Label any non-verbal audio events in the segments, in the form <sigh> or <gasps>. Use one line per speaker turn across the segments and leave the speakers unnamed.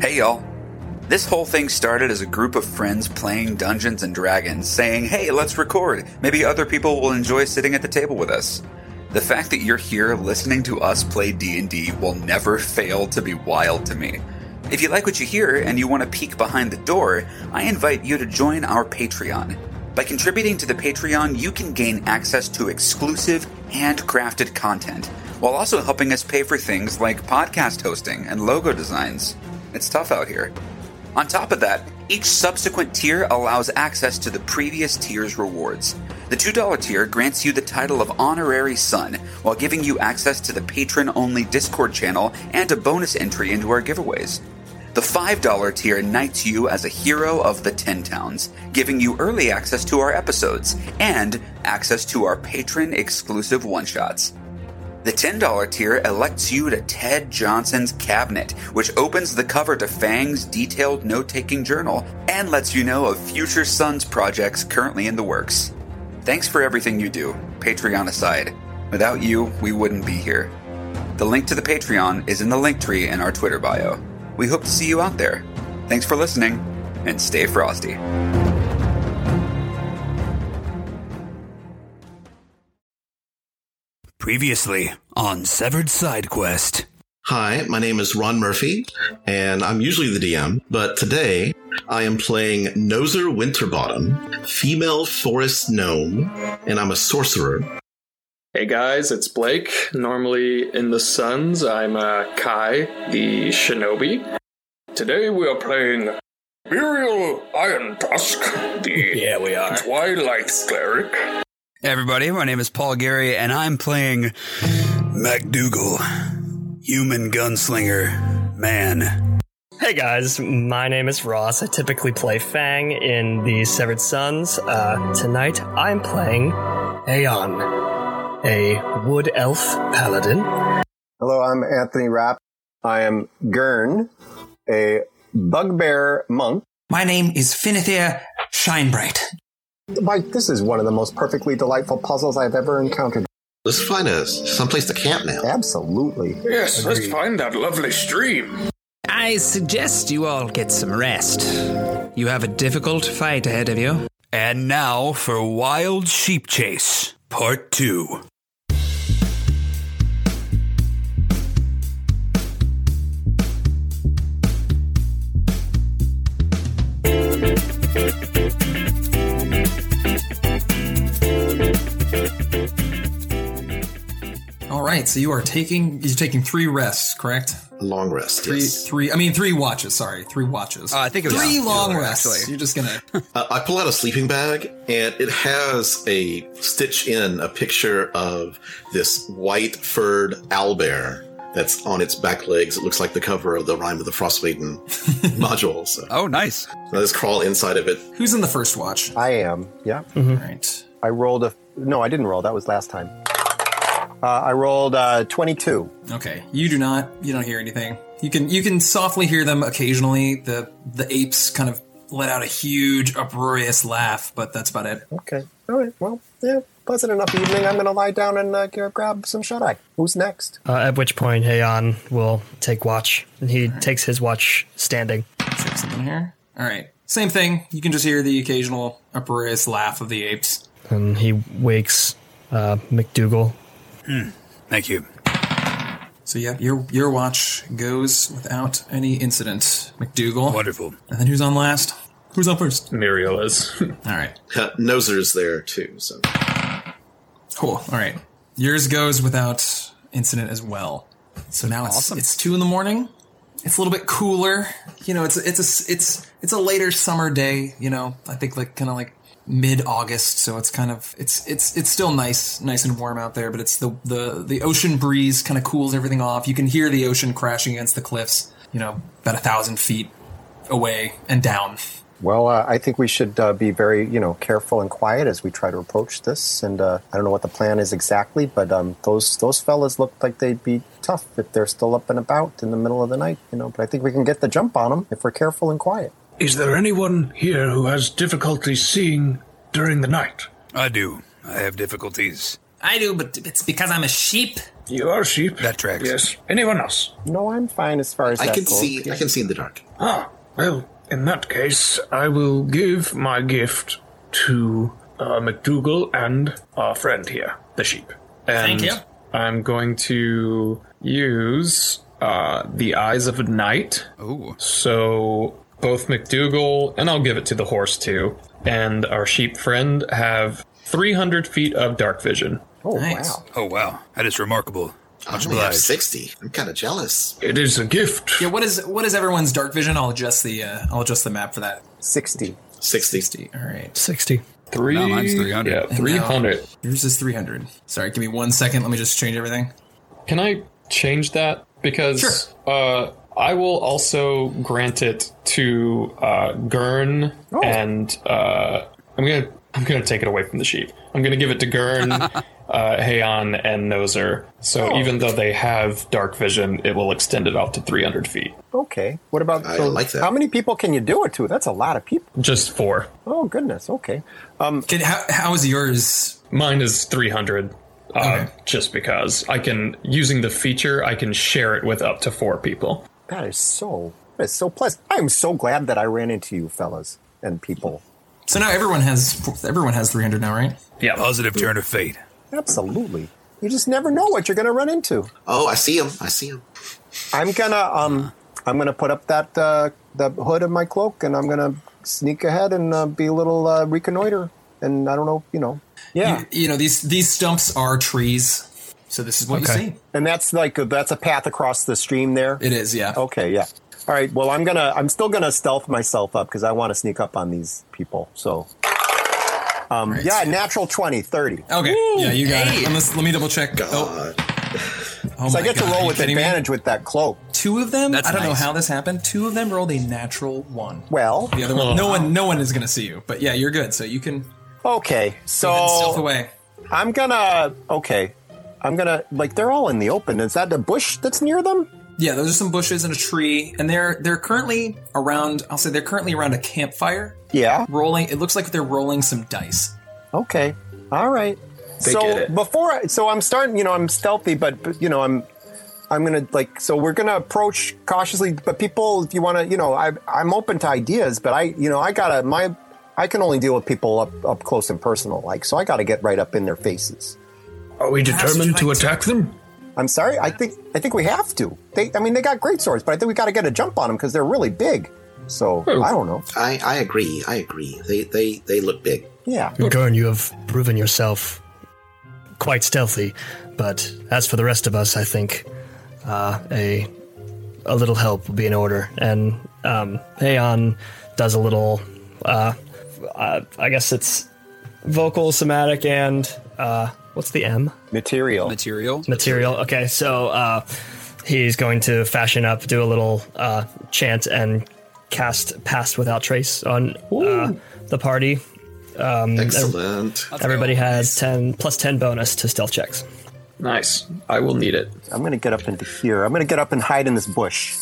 Hey y'all. This whole thing started as a group of friends playing Dungeons and Dragons, saying, hey, let's record. Maybe other people will enjoy sitting at the table with us. The fact that you're here listening to us play D&D will never fail to be wild to me. If you like what you hear and you want to peek behind the door, I invite you to join our Patreon. By contributing to the Patreon, you can gain access to exclusive, handcrafted content, while also helping us pay for things like podcast hosting and logo designs. It's tough out here. On top of that, each subsequent tier allows access to the previous tier's rewards. The $2 tier grants you the title of Honorary Son while giving you access to the patron only Discord channel and a bonus entry into our giveaways. The $5 tier knights you as a hero of the 10 towns, giving you early access to our episodes and access to our patron exclusive one shots. The $10 tier elects you to Ted Johnson's cabinet, which opens the cover to Fang's detailed note taking journal and lets you know of future Suns projects currently in the works. Thanks for everything you do, Patreon aside. Without you, we wouldn't be here. The link to the Patreon is in the link tree in our Twitter bio. We hope to see you out there. Thanks for listening, and stay frosty.
Previously on Severed Side Quest.
Hi, my name is Ron Murphy, and I'm usually the DM, but today I am playing Nozer Winterbottom, female forest gnome, and I'm a sorcerer.
<laughs>
Hey guys, it's Blake. Normally in the Suns, I'm uh, Kai, the shinobi. Today we are playing Muriel Iron Tusk, the
Yeah, we are.
Twilight Cleric.
Everybody, my name is Paul Gary, and I'm playing MacDougall, human gunslinger, man.
Hey guys, my name is Ross. I typically play Fang in the Severed Sons. Uh, tonight I'm playing Aeon, a wood elf paladin.
Hello, I'm Anthony Rapp. I am Gurn, a bugbear monk.
My name is Finithir Shinebright.
Mike, this is one of the most perfectly delightful puzzles I've ever encountered.
Let's find us someplace to camp now.
Absolutely.
Yes, let's find that lovely stream.
I suggest you all get some rest. You have a difficult fight ahead of you.
And now for Wild Sheep Chase, Part 2.
All right, so you are taking you're taking three rests, correct?
Long rest.
Three,
yes.
three. I mean, three watches. Sorry, three watches.
Uh, I think it was
three
yeah,
long
yeah,
rests.
actually.
You're just
<laughs>
gonna.
Uh, I pull out a sleeping bag, and it has a stitch in a picture of this white furred owlbear that's on its back legs. It looks like the cover of the Rhyme of the Frostmaiden
<laughs>
module. So
Oh, nice.
I just crawl inside of it.
Who's in the first watch?
I am. Yeah.
All right.
I rolled a. No, I didn't roll. That was last time. Uh, I rolled uh, 22.
Okay. You do not. You don't hear anything. You can you can softly hear them occasionally. The the apes kind of let out a huge uproarious laugh, but that's about it.
Okay. All right. Well, yeah. Pleasant enough evening. I'm going to lie down and uh, g- grab some shut eye. Who's next?
Uh, at which point, Aeon will take watch. and He takes his watch standing.
Check something here. All right. Same thing. You can just hear the occasional uproarious laugh of the apes.
And he wakes uh, McDougal.
Mm. Thank you.
So yeah, your your watch goes without any incident, McDougal.
Wonderful.
And then who's on last? Who's on first?
Muriel is.
All right.
Noser's there too. So
Cool. All right. Yours goes without incident as well. So now it's it's two in the morning. It's a little bit cooler. You know, it's it's a s- it's it's a later summer day. You know, I think like kind of like mid August, so it's kind of it's it's it's still nice, nice and warm out there. But it's the the the ocean breeze kind of cools everything off. You can hear the ocean crashing against the cliffs. You know, about a thousand feet away and down.
Well, uh, I think we should uh, be very, you know, careful and quiet as we try to approach this. And uh, I don't know what the plan is exactly, but um, those those fellas look like they'd be tough if they're still up and about in the middle of the night, you know. But I think we can get the jump on them if we're careful and quiet.
Is there anyone here who has difficulty seeing during the night?
I do. I have difficulties.
I do, but it's because I'm a sheep.
You are sheep.
That tracks.
Yes. Anyone else?
No, I'm fine as far as
I
that
can
goes.
see. I can see in the dark.
Ah, well, in that case, I will give my gift to uh, McDougal and our friend here, the sheep. And
Thank you.
I'm going to use uh, the Eyes of Night.
Ooh.
So both McDougal, and I'll give it to the horse too, and our sheep friend have 300 feet of dark vision.
Oh
Nice.
wow!
Oh, wow. That is remarkable. Much
I only have
obliged.
sixty. I'm kind of jealous.
It is a gift.
Yeah, what is what is everyone's dark vision? I'll adjust the uh, I'll adjust the map for that.
Sixty.
Sixty.
All right.
60.
Three,
No, mine's 300.
Yeah, 300.
Yours is 300. Sorry, give me one second. Let me just change everything.
Can I change that? Because uh, I will also grant it to uh, Gurn, and uh, I'm gonna I'm gonna take it away from the sheep. I'm gonna give it to Gurn, uh, Haon, and Nozer. So even though they have dark vision, it will extend it out to 300 feet.
Okay. What about
I
so
like that.
How many people can you do it to? That's a lot of people.
Just four.
Oh goodness. Okay.
Um, Can, how, how is yours?
Mine is 300. Uh,
Okay.
Just because I can using the feature, I can share it with up to four people.
That is so. That is so pleasant. I am so glad that I ran into you, fellas and people.
So now everyone has everyone has 300 now, right?
Yeah,
Positive turn of fate.
Absolutely. You just never know what you're going to run into.
Oh, I see him. I see him.
I'm gonna um, I'm gonna put up that uh, the hood of my cloak, and I'm gonna sneak ahead and uh, be a little uh, reconnoiter. And I don't know, you know, yeah.
You, you know these these stumps are trees. So this is what
Okay.
you see.
and that's like that's a path across the stream there.
It is, yeah.
Okay, yeah. All right. Well, I'm gonna I'm still gonna stealth myself up because I want to sneak up on these people. So. Um, Yeah, natural 20, 30.
Okay. Yeah, you got it. Unless, let me double check. Oh,
God.
<laughs> oh
so
my
I get to
God, are
roll
you
with
kidding me?
advantage with that cloak.
Two of them.
That's
I don't know
nice.
how this happened. Two of them rolled a natural one.
Well,
The other
Oh.
one, no one, no one is gonna see you. But yeah, you're good. So you can
okay.
oh. stealth
So
away.
I'm gonna okay. I'm gonna like they're all in the open. Is that the bush that's near them?
Yeah, those are some bushes and a tree, and they're they're currently around. I'll say they're currently around a campfire,
Yeah.
rolling. It looks like they're rolling some dice.
Okay. All right. so
get it.
before, I, so I'm starting. You know, I'm stealthy, but but, you know, I'm, I'm gonna like. So we're gonna approach cautiously. But people, if you want to, you know, I, I'm open to ideas, but I, you know, I gotta my, I can only deal with people up up close and personal. Like, so I gotta get right up in their faces.
Are we
determined to
attack them?
I'm sorry. I think I think we have to. They, I mean, they got great swords, but I think we gotta get a jump on them because they're really big. So
Hmm.
I don't know.
I, I agree. I agree. They they they look big.
Yeah.
Gurn, you have proven yourself quite stealthy, but as for the rest of us, I think uh, a a little help will be in order. And um, Aeon does a little, uh, uh, I guess it's vocal, somatic, and uh, what's the M?
Material.
Material.
material. Okay, so uh, he's going to fashion up, do a little uh, chant, and cast Pass Without Trace on uh, the party. Um,
Excellent.
Everybody has ten plus ten bonus to stealth checks.
Nice. I will need it.
I'm gonna get up into here. I'm gonna get up and hide in this bush,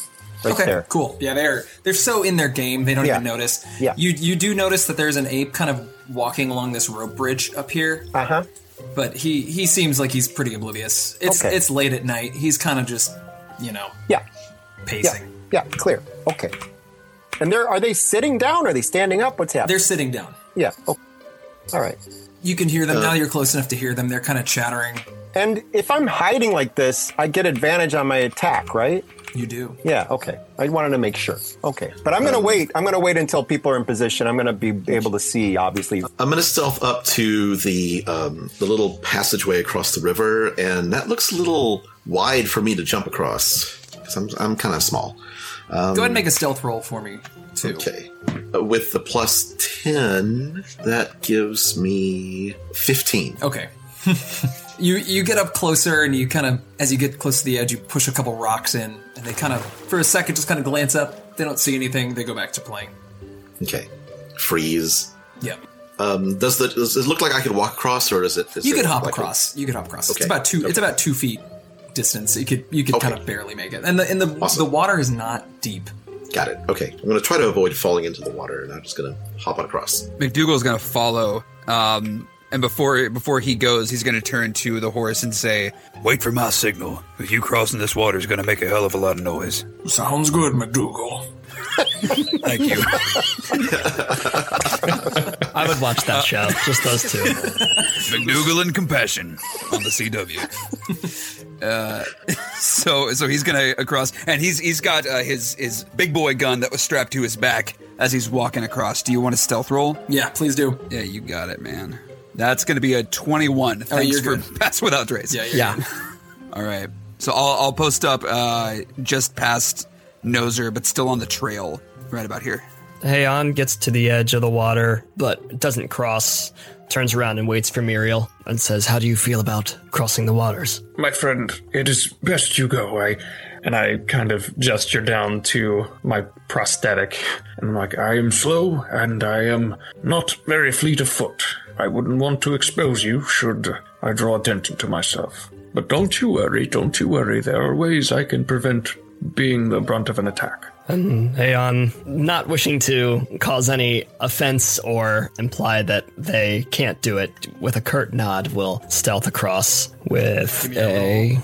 right
Okay,
there.
cool. Yeah, they're they're so in their game they don't
Yeah.
even notice.
Yeah.
you you do notice that there's an ape kind of walking along this rope bridge up here,
Uh huh.
but he he seems like he's pretty oblivious. It's
Okay.
it's late at night. He's kind of just you know
Yeah. Yeah.
pacing.
Yeah. Clear. Okay. And they're are they sitting down? Are they standing up? What's happening?
They're sitting down.
yeah. Oh. All right.
You can hear them
Uh,
now. You're close enough to hear them. They're kind of chattering.
And if I'm hiding like this, I get advantage on my attack, right?
You do. Um,
Yeah. Okay. I wanted to make sure. Okay. But I'm gonna wait. I'm gonna wait until people are in position. I'm gonna be able to see. Obviously.
I'm gonna stealth up to the um, the little passageway across the river, and that looks a little wide for me to jump across because I'm I'm kind of small. Um,
Go ahead and make a stealth roll for me too.
Okay, Uh, with the plus ten, that gives me fifteen.
Okay. <laughs> you you get up closer and you kind of as you get close to the edge, you push a couple rocks in, and they kind of for a second just kind of glance up. They don't see anything. They go back to playing.
Okay, freeze.
Yeah,
Um, does the does it look like I can walk across, or does it? Is
you
it
could hop
like a-
across. You could hop across. It's
Okay.
about two. It's about two feet distance. You could you could
Okay.
kind of barely make it. And the and the
Awesome.
the water is not deep.
Got it. Okay, I'm gonna try to avoid falling into the water, and I'm just gonna hop on across.
McDougal's going to follow. Um,
And before before he goes, he's going to turn to the horse and say,
Wait for my signal. Oh, You crossing this water is going to make a hell of a lot of noise.
"Sounds good,
<laughs>
McDougal." Thank you.
<laughs> I would watch
Uh,
that show. Just those two.
McDougal and compassion on the
<laughs>
CW. Uh, <laughs> so so he's gonna across, and he's he's got uh, his his big boy gun that was strapped to his back as he's walking across. Do you want a stealth roll?
Yeah, please do.
Yeah, you got it, man. That's gonna be a twenty-one. Thanks
Oh, you're
for <laughs>
good.
pass without trace.
Yeah, you're
Yeah.
<laughs> All right. So I'll I'll post up uh, just past Noser, but still on the trail right about here.
Heian gets to the edge of the water, but doesn't cross. Turns around and waits for Muriel and says, How do you feel about crossing the waters?
My friend, it is best you go away. And I kind of gesture down to my prosthetic. And I'm like, I am slow and I am not very fleet of foot. I wouldn't want to expose you should I draw attention to myself. But don't you worry, don't you worry. There are ways I can prevent being the brunt of an attack.
Heian, not wishing to cause any offense or imply that they can't do it, with a curt nod, will stealth across with a.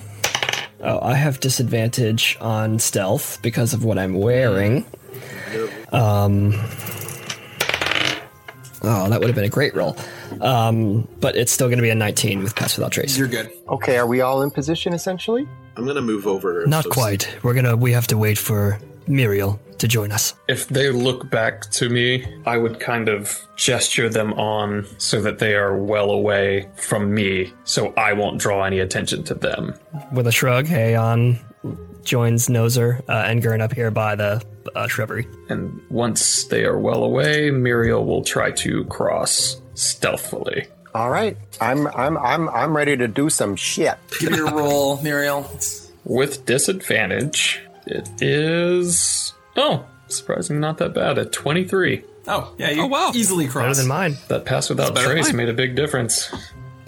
Oh, I have disadvantage on stealth because of what I'm wearing. Um, oh, that would have been a great roll. Um, but it's still going to be a 19 with Pass Without Trace.
You're good.
Okay, are we all in position essentially?
I'm going to move over.
Not
so-
quite. We're gonna. We have to wait for Muriel to join us.
If they look back to me, I would kind of gesture them on so that they are well away from me, so I won't draw any attention to them.
With a shrug, Aeon joins Nozer uh, and Gurn up here by the uh, shrubbery.
And once they are well away, Muriel will try to cross stealthily.
All right, I'm I'm I'm I'm ready to do some shit.
Give me your roll, Muriel. It's
With disadvantage, it is. Oh, surprisingly not that bad. At 23.
Oh, yeah, you
Oh, wow.
easily
Better
cross.
than mine.
That pass without
better than
trace
mine.
made a big difference.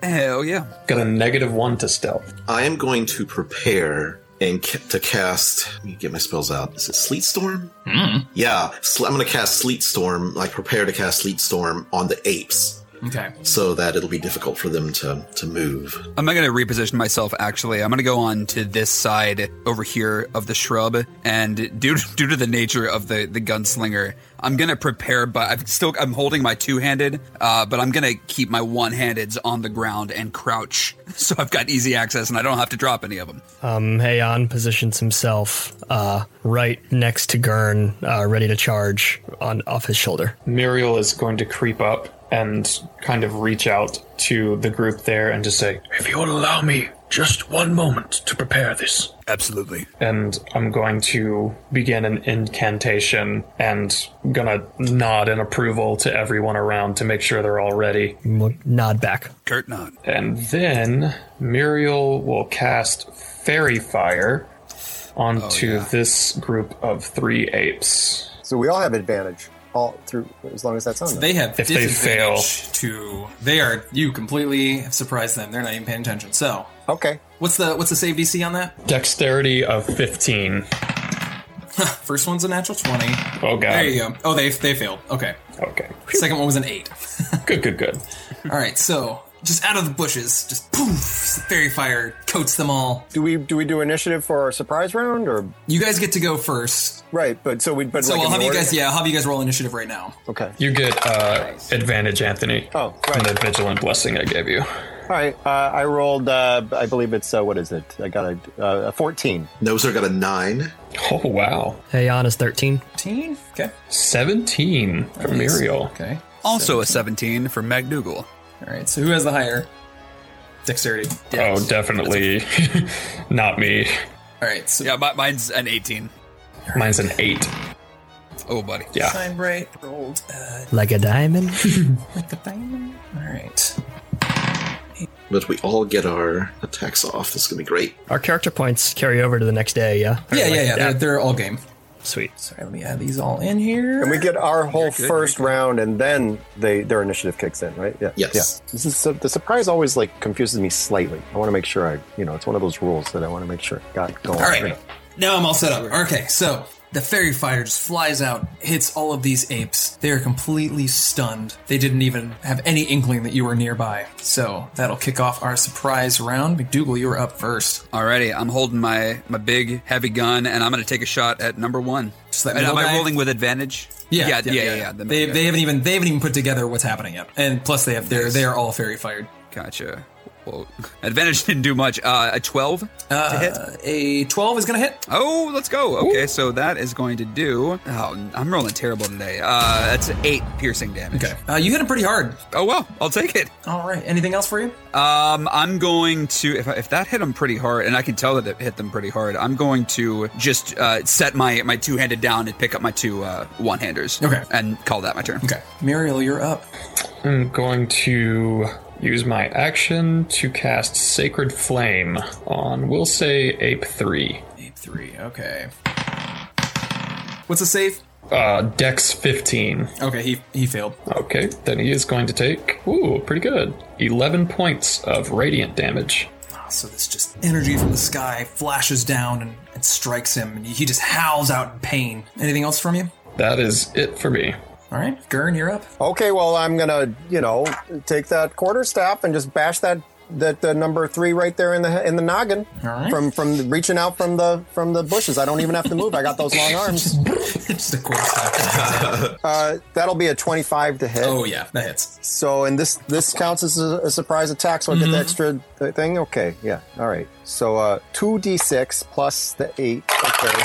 Hell yeah!
Got a negative one to stealth.
I am going to prepare and ca- to cast. Let me get my spells out. Is it Sleet Storm?
Hmm.
Yeah, sl- I'm going to cast Sleet Storm. Like prepare to cast Sleet Storm on the apes,
Okay.
so that it'll be difficult for them to to move.
I'm not going to reposition myself. Actually, I'm going to go on to this side over here of the shrub, and due <laughs> due to the nature of the the gunslinger, I'm going to prepare. But I'm still I'm holding my two handed, uh, but I'm going to keep my one handeds on the ground and crouch, <laughs> so I've got easy access and I don't have to drop any of them.
Um, Aeon positions himself uh, right next to Gurn, uh, ready to charge on off his shoulder.
Muriel is going to creep up and kind of reach out to the group there and just say, If you'll allow me just one moment to prepare this.
Absolutely.
And I'm going to begin an incantation and gonna nod in approval to everyone around to make sure they're all ready.
We'll nod back.
Kurt nod.
And then Muriel will cast Fairy Fire onto this group of three apes.
So we all have advantage all through as long as that's on.
They have
If they
disadvantage to they are you completely have surprised them. They're not even paying attention. So
there. Okay,
what's the what's the save DC on that? <laughs>
Dexterity of 15.
First one's a natural twenty.
Oh, God.
There you go. Oh, they they failed. Okay.
Okay.
Second one was an eight. <laughs>
Good, good, good.
All right. So just out of the bushes, just poof, fairy fire coats them all.
do we do we do initiative for our surprise round or
You guys get to go first.
right? But so we but
So
like
I'll
in
have
the
you
order?
guys. Yeah, I'll have you guys roll initiative right now.
Okay.
You get uh, advantage, Anthony.
Oh,
From
right.
the vigilant blessing I gave you.
All right. Uh, I rolled. Uh, I believe it's uh, what is it? I got a, uh, a fourteen.
Nozer got a nine.
Oh, wow.
Aeon is 13.
Teen. Okay.
17 for Muriel.
Okay.
Also a 17 for McDougal.
All right. So who has the higher dexterity?
Oh, definitely <laughs> not me.
All right. So
Yeah, mi- mine's an 18.
Mine's an 8.
Oh, buddy.
Yeah.
shine bright rolled uh,
Like a diamond?
<laughs>
<laughs>
like a diamond. All right.
But we all get our attacks off. This is gonna be great.
Our character points carry over to the next day, yeah?
Yeah, yeah, yeah. They're, they're all game.
Sweet.
Sorry, let me add these all in here.
And we get our whole first round, and then they their initiative kicks in, right? Yeah.
Yes.
Yeah. This is so- the surprise. Always like confuses me slightly. I want to make sure I, you know, it's one of those rules that I want to make sure I got going.
All right. Now I'm all set up. Okay, so The fairy fighter just flies out, hits all of these apes. They are completely stunned. They didn't even have any inkling that you were nearby. So that'll kick off our surprise round. McDougal, you are up first.
Alrighty, I'm holding my my big heavy gun, and I'm going to take a shot at number one.
Just that
And am
middle
I
guy?
rolling with advantage? yeah, yeah, yeah. yeah, the
They,
middle
they
guy.
haven't even they haven't even put together what's happening yet, and plus they have they're they are all fairy fired.
Gotcha. Well, <laughs> advantage didn't do much. Uh, a 12 to hit.
Uh, A twelve is gonna hit.
Oh, let's go. Okay, so that is going to do. Oh, I'm rolling terrible today. Uh, that's eight piercing damage.
Okay, uh, you hit him pretty hard.
Oh well, I'll take it.
All right. Anything else for you?
Um, I'm going to if, if that hit them pretty hard, and I can tell that it hit them pretty hard. I'm going to just uh, set my my two handed down and pick up my two uh, one handers.
Okay.
and call that my turn.
Okay, Muriel, you're up.
I'm going to use my action to cast Sacred Flame on, we'll say, Ape 3.
Ape three. Okay. What's the save?
Uh, Dex 15.
Okay, he he failed.
Okay, then he is going to take, ooh, pretty good. 11 points of radiant damage.
So this just energy from the sky flashes down and, and strikes him, and he just howls out in pain. Anything else from you? <laughs>
That is it for me.
All right, Gurn, you're up.
Okay, well, I'm gonna, you know, take that quarter staff and just bash that that uh, number three right there in the in the noggin
right.
from from the, reaching out from the from the bushes. I don't even have to move. I got those long arms.
<laughs> just a quarter staff.
<laughs>
Uh, that'll be a 25 to hit.
oh yeah, that hits.
So, and this this counts as a, a surprise attack. So I
Mm-hmm.
get the extra th- thing. Okay, yeah, all right. So uh, two d6 plus the eight. Okay.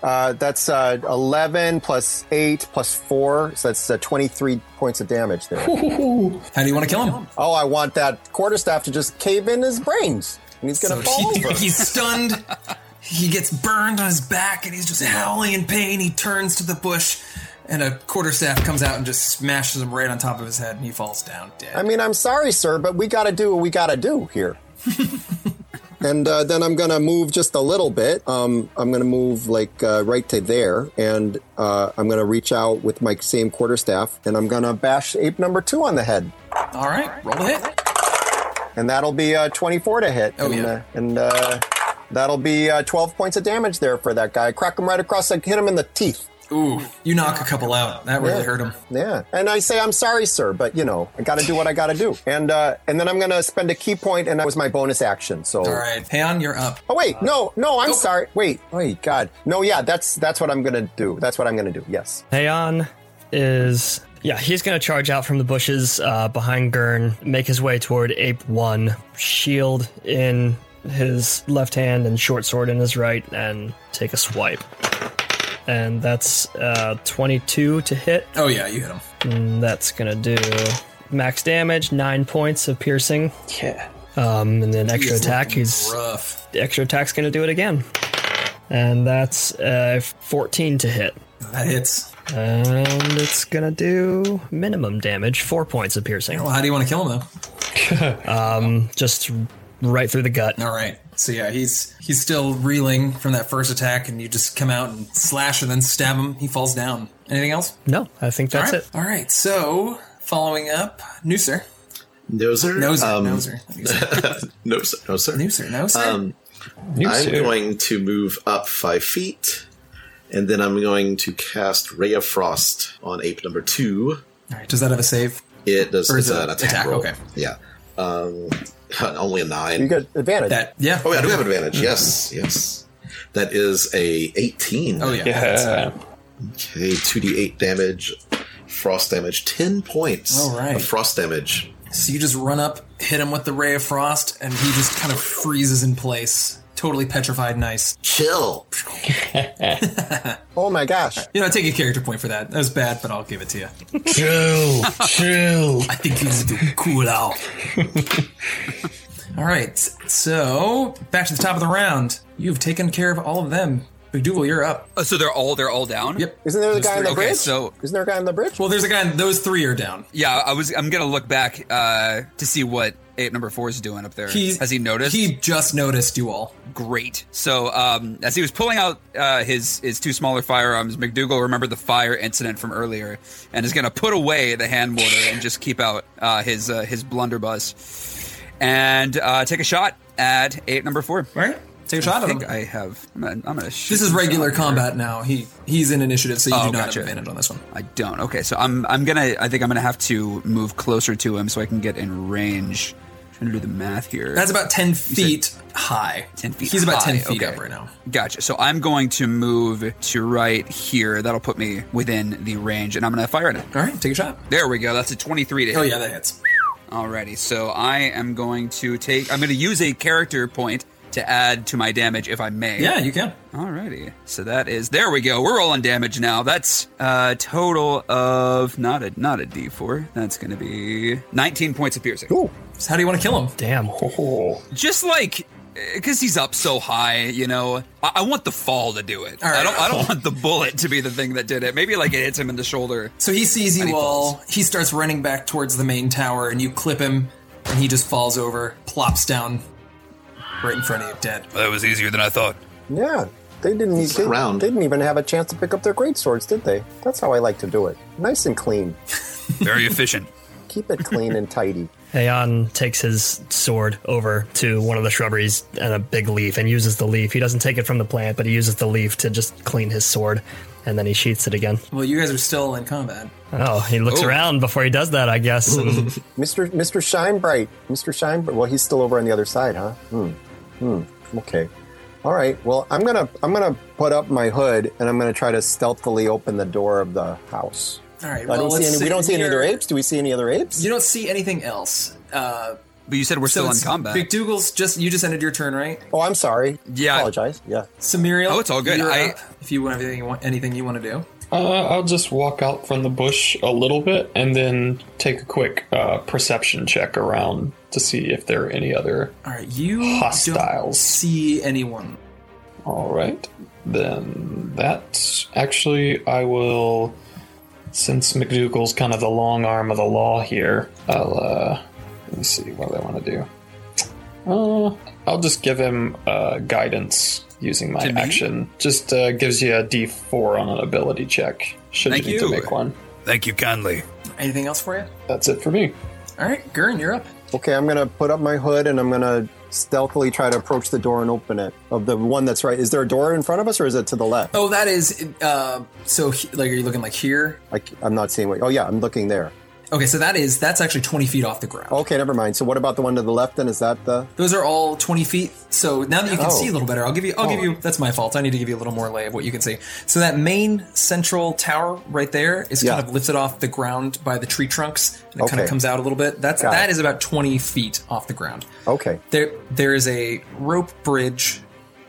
Uh, that's uh, 11 plus 8 plus 4. So that's uh, 23 points of damage there.
How do you want to kill him?
Oh, I want that quarterstaff to just cave in his brains. And he's going to fall
he- <laughs>
over.
he's stunned. He gets burned on his back and he's just howling in pain. He turns to the bush and a quarterstaff comes out and just smashes him right on top of his head and he falls down dead.
I mean, I'm sorry, sir, but we got to do what we got to do here. and uh, then I'm going to move just a little bit. Um, I'm going to move like uh, right to there. And uh, I'm going to reach out with my same quarterstaff and I'm going to bash ape number two on the head.
All right, roll the hit.
And that'll be uh, 24 to hit.
Oh,
and,
yeah.
Uh, and uh, that'll be uh, 12 points of damage there for that guy. Crack him right across, like hit him in the teeth.
Ooh, you knock a couple out. That really
Yeah.
hurt him.
Yeah, and I say I'm sorry, sir, but you know I got to do what I got to do, and uh, and then I'm gonna spend a key point, and that was my bonus action. So,
All right, Payon, you're up.
oh wait, no, no, I'm sorry. Wait, wait, God, no, yeah, that's that's what I'm gonna do. That's what I'm gonna do. Yes,
Aeon is. Yeah, he's going to charge out from the bushes uh, behind Gurn, make his way toward Ape 1, shield in his left hand and short sword in his right, and take a swipe. And that's uh, 22 to hit.
Oh yeah, you hit him.
And that's going to do max damage, 9 points of piercing.
Yeah.
Um, and then
He
extra
is
attack,
looking
he's
rough.
the extra attack's going to do it again. And that's uh, 14 to hit.
That hits.
And it's going to do minimum damage, four points of piercing.
Well, how do you want to kill him though?
<laughs> Um, Just right through the gut.
All right. So yeah, he's he's still reeling from that first attack, and you just come out and slash and then stab him. He falls down. Anything else?
No, I
<laughs>
think that's
All right.
it.
All right. So following up, Nooser,
Noser?
Noser,
Um, <laughs>
Noser, Nooser,
Noser. Noser.
Nooser, Nooser.
Um,
New
I'm
suit.
going to move up five feet, and then I'm going to cast Ray of Frost on ape number two.
All right. Does that have a save?
It does
Or is
it's
it
an attack,
attack?
roll.
Okay.
Yeah. Um, <laughs> only a nine.
you get advantage.
That yeah.
oh, yeah, I do have advantage. Yes, yes. That is a 18.
Oh yeah. That's-
Yeah.
Okay, 2d8 damage, frost damage, 10 points
All right.
of frost damage.
So you just run up, hit him with the ray of frost, and he just kind of freezes in place, totally petrified and ice.
Chill.
<laughs> Oh my gosh,
You know, I take a character point for that. That was bad, but I'll give it to you.
Chill. Chill.
I think you need to cool out. all right, so back to the top of the round. You've taken care of all of them. McDougal, you're up.
Uh, so they're all they're all down.
Yep.
isn't there the guy on the
Okay,
bridge?
so-
isn't there a guy on the bridge?
Well, there's a guy. Those three are down.
Yeah, I was. I'm gonna look back uh, to see what ape number four is doing up there. Has he noticed?
He just noticed you all.
great. So um, as he was pulling out uh, his his two smaller firearms, McDougal remembered the fire incident from earlier and is going to put away the hand mortar and just keep out uh, his uh, his blunderbuss and uh, take a shot at ape number four.
All right. Take a shot
I
at him.
think I have. I'm gonna, I'm gonna shoot
This is
him
regular
shot here.
combat now. He he's in initiative, so you
Oh,
do not
gotcha.
have advantage on this one.
I don't. Okay, so I'm I'm gonna. I think I'm gonna have to move closer to him so I can get in range. trying to do the math here.
That's about ten feet high.
10 feet
He's about
high,
ten feet
okay.
up right now.
Gotcha. So I'm going to move to right here. That'll put me within the range, and I'm gonna fire at him.
All right, take a shot.
There we go. That's a 23 to hit.
Oh yeah, that hits.
Alrighty. So I am going to take. I'm gonna use a character point to add to my damage if I may.
Yeah, you can.
Alrighty. So that is there we go. We're all on damage now. That's a total of not a not a D four. That's gonna be nineteen points of piercing.
So how do you want to kill him?
Damn.
Just like because he's up so high, you know. I, I want the fall to do it.
All right.
I don't I
<laughs>
don't want the bullet to be the thing that did it. Maybe like it hits him in the shoulder.
So he sees
And
you
he
all. He starts running back towards the main tower, and you clip him, and he just falls over, plops down, right in front of you, dead.
That was easier than I thought.
Yeah, they didn't. They,
round.
they didn't even have a chance to pick up their great swords, did they? That's how I like to do it. Nice and clean.
<laughs> Very efficient.
Keep it clean and tidy.
Aeon takes his sword over to one of the shrubberies and a big leaf and uses the leaf. He doesn't take it from the plant, but he uses the leaf to just clean his sword and then he sheaths it again.
Well, you guys are still in combat.
Oh, he looks around before he does that, I guess.
<laughs>
and
Mr. Mr. Shinebright. Mr. Shinebright. Well, he's still over on the other side, huh? Hmm. Hmm. Okay. All right. Well, I'm gonna I'm gonna put up my hood and I'm gonna try to stealthily open the door of the house.
All right.
I
well,
don't see
let's
any. We don't see any other
here.
apes. Do we see any other apes?
You don't see anything else. Uh,
But you said we're
so
still in
it's-
combat.
McDougal's just you just ended your turn, right?
Oh, I'm sorry.
Yeah.
Apologize. Yeah.
Samiriel.
Oh, it's all good.
you're
I-
up. if you want anything, you want anything you want to do.
Uh, I'll just walk out from the bush a little bit and then take a quick uh, perception check around to see if there are any other.
All right, you don't
Hostiles.
see anyone.
All right, then that actually I will. Since McDougal's kind of the long arm of the law here, I'll uh, let me see what do I want to do. Uh, I'll just give him uh, guidance using my
To me?
action. Just uh, gives you a D4 on an ability check. Should
Thank
you need to
you.
make one.
Thank you kindly.
Anything else for you?
That's it for me.
All right, Gurn, you're up.
Okay, I'm gonna put up my hood and I'm gonna stealthily try to approach the door and open it. Of the one that's right, is there a door in front of us or is it to the left?
Oh, that is. Uh, so, he- like, are you looking like here?
Like I'm not seeing what. Oh yeah, I'm looking there.
Okay, so that is that's actually 20 feet off the ground.
Okay, never mind. So what about the one to the left? Then is that the?
Those are all 20 feet. So now that you can
Oh.
see a little better, I'll give you. I'll give you. That's my fault. I need to give you a little more lay of what you can see. So that main central tower right there is
Yeah.
kind of lifted off the ground by the tree trunks, and it kind of
Okay.
comes out a little bit. That's
Got
that
it.
is about 20 feet off the ground.
Okay,
There, there is a rope bridge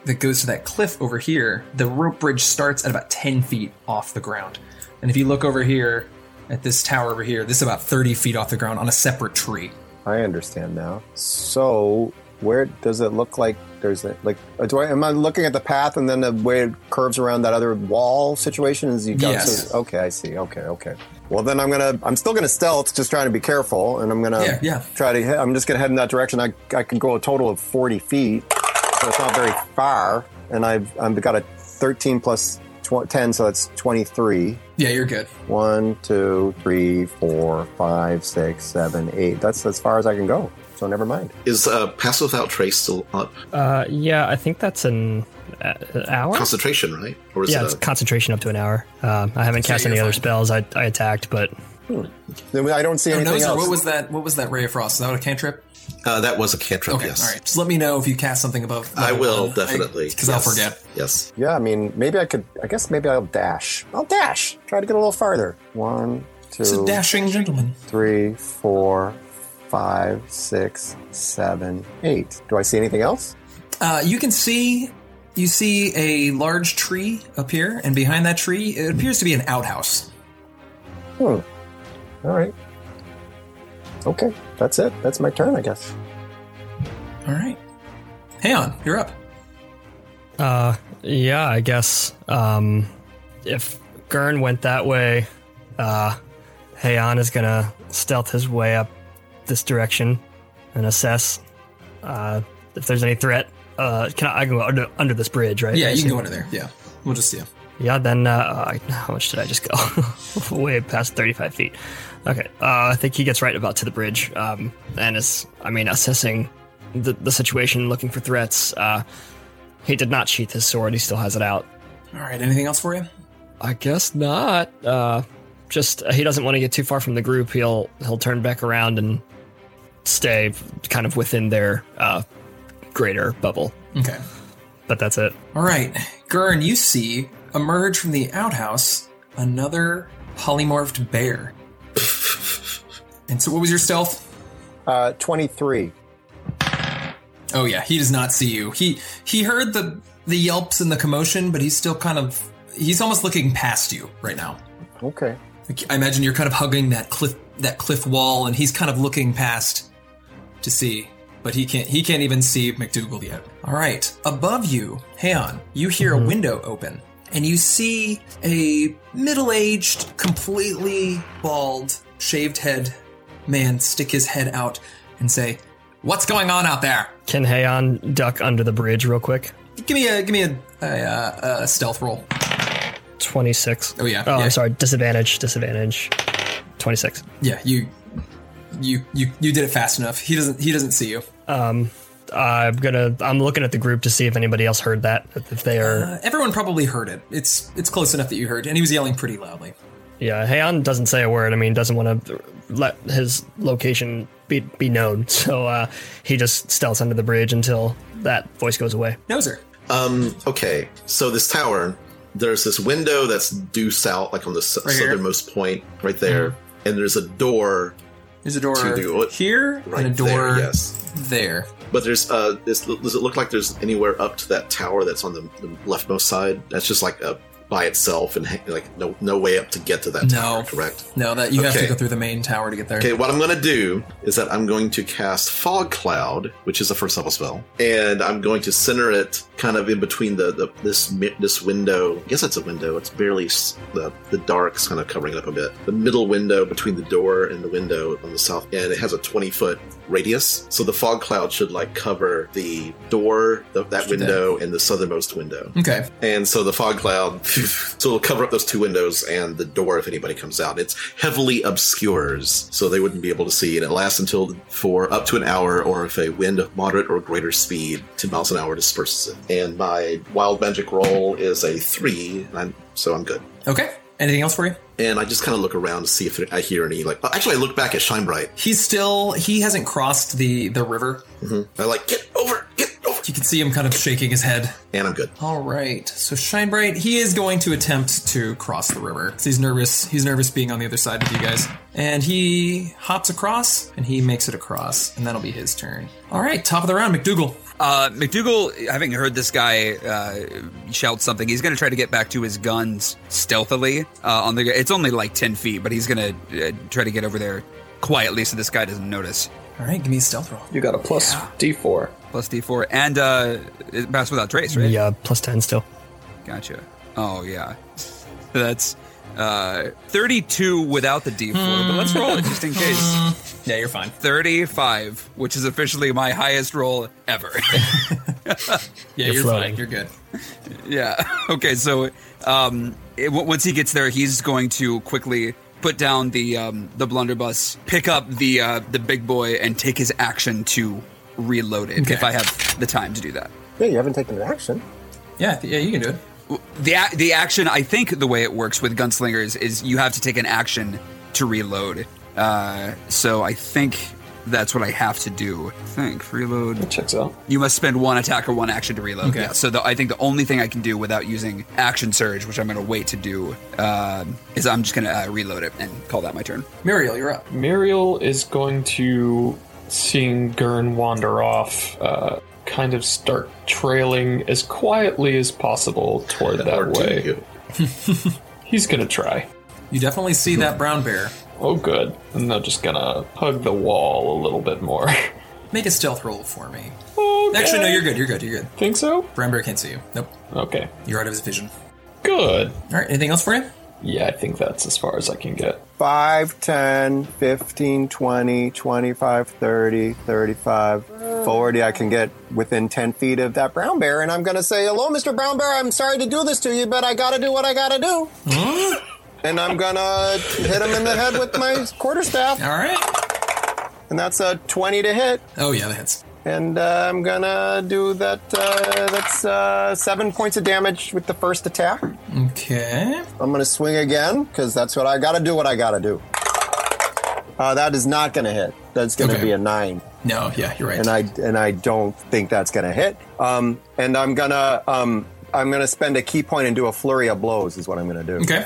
that goes to that cliff over here. The rope bridge starts at about ten feet off the ground, and if you look over here at this tower over here, this is about thirty feet off the ground on a separate tree.
I understand now. So where does it look like there's a, like? uh, Do I am I looking at the path and then the way it curves around that other wall situation? Is you got
Yes.
so- okay, I see. Okay, okay. Well then I'm gonna I'm still gonna stealth, just trying to be careful, and I'm gonna
Yeah, yeah.
try to. he- I'm just gonna head in that direction. I I can go a total of forty feet, so it's not very far. And I've I've got a thirteen plus tw- ten, so that's twenty three.
Yeah, you're good.
One, two, three, four, five, six, seven, eight. That's as far as I can go. So never mind.
Is uh, Pass Without Trace still up?
uh, yeah, I think that's an, uh, an hour.
Concentration, right? Or is
yeah,
it
it's
a,
concentration up to an hour. Um, I haven't cast
you're
any other
fine.
spells. I, I attacked, but
Then I don't see
And
anything
those are-
else.
Oh, what was that? What was that ray of frost? Is that a cantrip?
uh, that was a cantrip,
Okay,
yes.
all right. Just let me know if you cast something above.
I will, definitely.
because I'll
Yes.
forget.
Yes.
yeah, I mean, maybe I could. I guess maybe I'll dash. I'll dash. Try to get a little farther. One,
It's a
two,
dashing gentleman.
three, four, five, six, seven, eight. Do I see anything else?
Uh, you can see you see a large tree up here, and behind that tree, it appears to be an outhouse.
Hmm. All right. Okay, that's it. That's my turn, I guess.
All right, Haon, you're up.
Uh, yeah, I guess um, if Gurn went that way, uh, Heian is gonna stealth his way up this direction and assess uh, if there's any threat. Uh, can I, I can go under, under this bridge, right?
Yeah, you can go under there. Yeah, we'll just see.
Yeah, then uh, I- how much did I just go? <laughs> Way past 35 feet. Okay, uh, I think he gets right about to the bridge um, and is, I mean, assessing the, the situation, looking for threats. Uh, He did not sheath his sword. He still has it out.
All right. Anything else for you?
I guess not. Uh, just uh, he doesn't want to get too far from the group. He'll he'll turn back around and stay kind of within their uh, greater bubble.
Okay.
But that's it.
All right, Gurn, you see emerge from the outhouse another polymorphed
<laughs>
bear. and so, what was your stealth?
Uh, 23.
Oh yeah, he does not see you. He he heard the the yelps and the commotion, but he's still kind of he's almost looking past you right now.
Okay.
Like, I imagine you're kind of hugging that cliff that cliff wall, and he's kind of looking past to see, but he can't he can't even see McDougal yet. All right, above you, Heon, you hear a window open, and you see a middle-aged, completely bald, shaved head man stick his head out and say, "What's going on out there?"
Can Heian duck under the bridge real quick?
Give me a give me a, a, uh, a stealth roll.
Twenty six.
Oh, yeah,
Oh,
yeah.
I'm sorry. Disadvantage. Disadvantage. Twenty six.
Yeah, you you you you did it fast enough. He doesn't he doesn't see you.
Um, I'm gonna. I'm looking at the group to see if anybody else heard that. If they are.
Uh, everyone probably heard it. It's it's close enough that you heard, and he was yelling pretty loudly.
Yeah, Heian doesn't say a word. I mean, doesn't want to let his location be be known. <laughs> So uh, he just stealths under the bridge until that voice goes away.
Noser.
Um, okay, so this tower, there's this window that's due south, like on the s-
Right here. Mm-hmm.
southernmost point, right there, and there's a door
There's a door
To do it.
here
right
and a door
there. Yes,
there.
but there's uh, this, does it look like there's anywhere up to that tower that's on the, the leftmost side? That's just like a by itself, and ha- like no no way up to get to that
No.
tower. Correct.
No, that you have to
Okay.
go through the main tower to get there.
Okay, what I'm going to do is that I'm going to cast Fog Cloud, which is a first level spell, and I'm going to center it kind of in between the, the this mi- this window. I guess it's a window. It's barely s- the the dark's kind of covering it up a bit. The middle window between the door and the window on the south, and it has a 20 foot radius. So the fog cloud should like cover the door, the, that
do that.
window, and the southernmost window.
Okay.
And so the fog cloud, <laughs> so it'll cover up those two windows and the door if anybody comes out. It's heavily obscures, so they wouldn't be able to see. And it lasts until for up to an hour, or if a wind of moderate or greater speed, ten miles an hour, disperses it. And my wild magic roll is a three, and I'm, so I'm good.
Okay. Anything else for you?
And I just kind of look around to see if I hear any like. oh, Actually, I look back at Shinebright.
He's still he hasn't crossed the the river.
Mm-hmm. I like get over, get over,
You can see him kind of shaking his head.
and I'm good.
All right. So Shinebright, he is going to attempt to cross the river. So he's nervous. He's nervous being on the other side with you guys. And he hops across and he makes it across, and that'll be his turn. All right, top of the round, McDougal.
Uh, McDougal, having heard this guy uh, shout something, he's going to try to get back to his guns stealthily. Uh, on the, it's only like ten feet, but he's going to uh, try to get over there quietly so this guy doesn't notice.
All right, give me a stealth roll.
You got a plus D4.
Plus D four and uh, it passed without trace, right?
Yeah, plus ten still.
Gotcha. Oh yeah, <laughs> that's uh, thirty-two without the D four. But let's roll it just in case.
<laughs> Yeah, you're fine.
Thirty-five, which is officially my highest roll ever.
<laughs> Yeah,
You're
you're,
floating.
fine. You're good.
Yeah. <laughs> Okay. So, um, it, w- once he gets there, he's going to quickly put down the um, the blunderbuss, pick up the uh, the big boy, and take his action to reload it.
Okay.
If I have the time to do that,
Yeah, you haven't taken an action.
Yeah, yeah, you can do it.
the ac the action I think the way it works with gunslingers is you have to take an action to reload. Uh, so I think that's what I have to do. I think reload.
Checks out.
You must spend one attack or one action to reload.
Okay.
Yeah. So the, I think the only thing I can do without using action surge, which I'm going to wait to do, um, is I'm just going to uh, reload it and call that my turn.
Muriel, you're up.
Muriel is going to, seeing Gurn wander off, uh, kind of start trailing as quietly as possible toward that
Or two,
way.
you.
<laughs> He's gonna try.
You definitely see that brown bear.
Oh, good. And they're just gonna hug the wall a little bit more.
Make a stealth roll for me.
Okay. <laughs>
Actually, no, you're good. You're good. You're good.
Think so?
Brown bear can't see you. Nope.
Okay.
You're out of his vision.
Good.
All right. Anything else for you?
Yeah, I think that's as far as I can get.
5, 10, 15, 20, 25, 30, 35, 40. I can get within 10 feet of that brown bear, and I'm going to say, Hello, Mr. Oh, Brown Bear. I'm sorry to do this to you, but I got to do what I got to do. and I'm going to hit him in the head with my quarterstaff.
All right.
And that's a 20 to hit.
Oh yeah, that hits.
And uh, I'm gonna do that. Uh, that's uh, seven points of damage with the first attack.
Okay.
I'm gonna swing again because that's what I gotta do. What I gotta do. Uh, that is not gonna hhit. That's gonna
Okay.
be a nine,
No, yeah, you're right.
and I and I don't think that's gonna hit. Um, and I'm gonna um, I'm gonna spend a key point and do a flurry of blows. Is what I'm gonna do.
okay.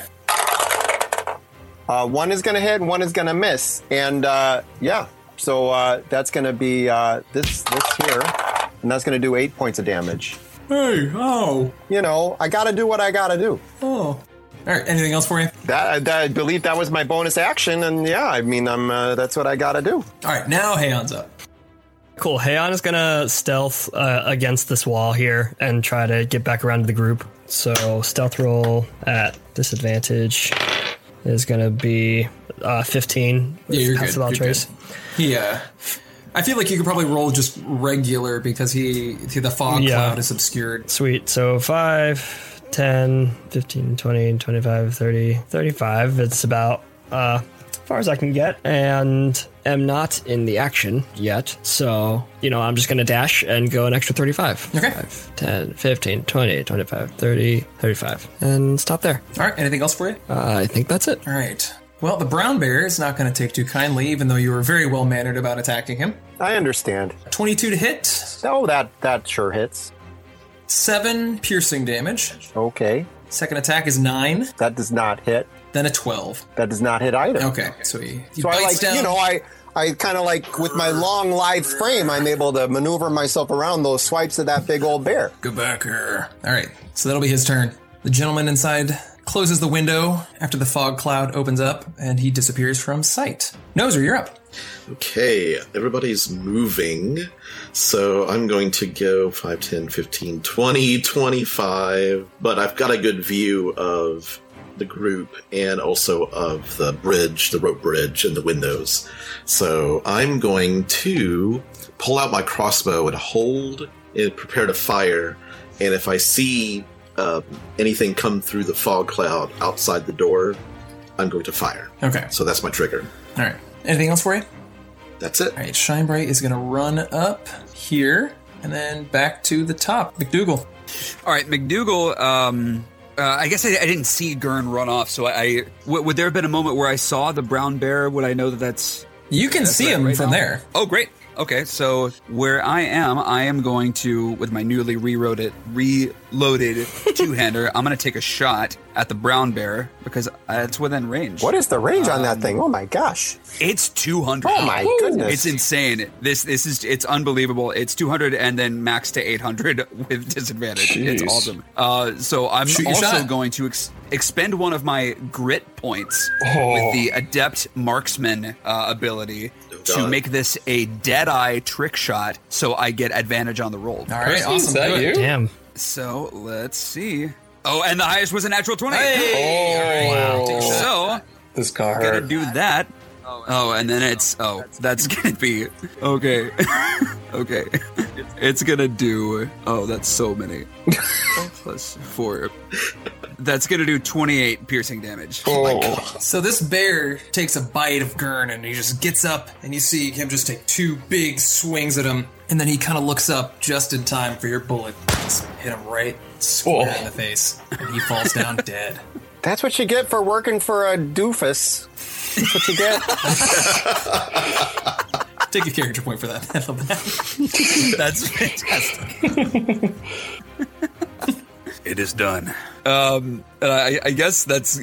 Uh, one is gonna hit, and one is gonna miss, and uh, yeah. So uh, that's gonna be uh, this this here, and that's gonna do eight points of damage.
Hey, oh,
You know, I gotta do what I gotta do.
oh. All right. Anything else for you?
uh, That, that I believe that was my bonus action, and yeah, I mean, I'm uh, that's what I gotta do.
All right. Now Haon's up.
Cool. Heian is gonna stealth uh, against this wall here and try to get back around to the group. So stealth roll at disadvantage is gonna be uh, fifteen. with
Yeah, you're
passive
good.
without
You're
trace.
good. Yeah. I feel like you could probably roll just regular because he, he- the fog
Yeah.
cloud is obscured.
Sweet. So 5, 10, 15, 20, 25, 30, 35. It's about uh, as far as I can get. And am not in the action yet. So, you know, I'm just going to dash and go an extra 35.
Okay.
5, 10, 15, 20, 25, 30, 35. And stop there.
All right. Anything else for you?
Uh, I think that's it.
All right. Well, the brown bear is not going to take too kindly, even though you were very well mannered about attacking him.
I understand.
22 to hit,
Oh, that that sure hits.
7 piercing damage.
Okay,
Second attack is 9,
that does not hit.
then a 12.
That does not hit either.
Okay, so he, he
So I
bites
like
down.
you know I I kind of like with my long lithe frame I'm able to maneuver myself around those swipes of that big old bear.
Go back here. All right, so that'll be his turn. The gentleman inside closes the window after the fog cloud opens up, and he disappears from sight. Nozer, you're up.
Okay, everybody's moving. So I'm going to go 5, 10, 15, 20, 25. But I've got a good view of the group and also of the bridge, the rope bridge, and the windows. So I'm going to pull out my crossbow and hold and prepare to fire. And if I see uh, anything come through the fog cloud outside the door, I'm going to fire.
Okay,
So that's my trigger.
all right. Anything else for you?
That's it.
All right, Shinebright is going to run up here and then back to the top. McDougal.
All right, McDougal. Um, uh, I guess I, I didn't see Gurn run off, so I, I w- would there have been a moment where I saw the brown bear? Would I know that that's?
You can see
right,
him
right
from
now.
there.
Oh, great. Okay, so where I am, I am going to, with my newly rewrote it,
<laughs>
reloaded two-hander, I'm going to take a shot at the brown bear because uh, it's within range. Um,
What is the range on that thing? Oh my gosh!
It's 200.
Oh my goodness!
It's insane. This this is it's unbelievable. It's 200 and then max to 800 <laughs> with disadvantage. It's
Jeez.
awesome. Uh, so I'm
Shoot your
also
shot.
going to ex- expend one of my grit points with the adept marksman uh, ability to
God.
make this a deadeye trick shot, so I get advantage on the roll.
All right, awesome.
Is that
Do it.
you?
Damn.
So let's see.
<laughs>
Oh, and the highest was a natural 20.
Oh,
So
this car
gonna
hurt.
do that. Oh, and then it's oh, that's <laughs> gonna be okay. <laughs> okay, it's gonna do oh, that's so
<laughs>
many plus four. That's gonna do twenty-eight piercing damage.
Oh,
So this bear takes a bite of Gurn and he just gets up and you see him just take two big swings at him and then he kind of looks up just in time for your bullet. Just hit him right square
Oh.
in the face and he
<laughs>
falls down dead.
That's what you get for working for a doofus. That's what you get.
<laughs> Take a character point for that. I love that.
That's fantastic.
It is done.
Um, and I, I guess that's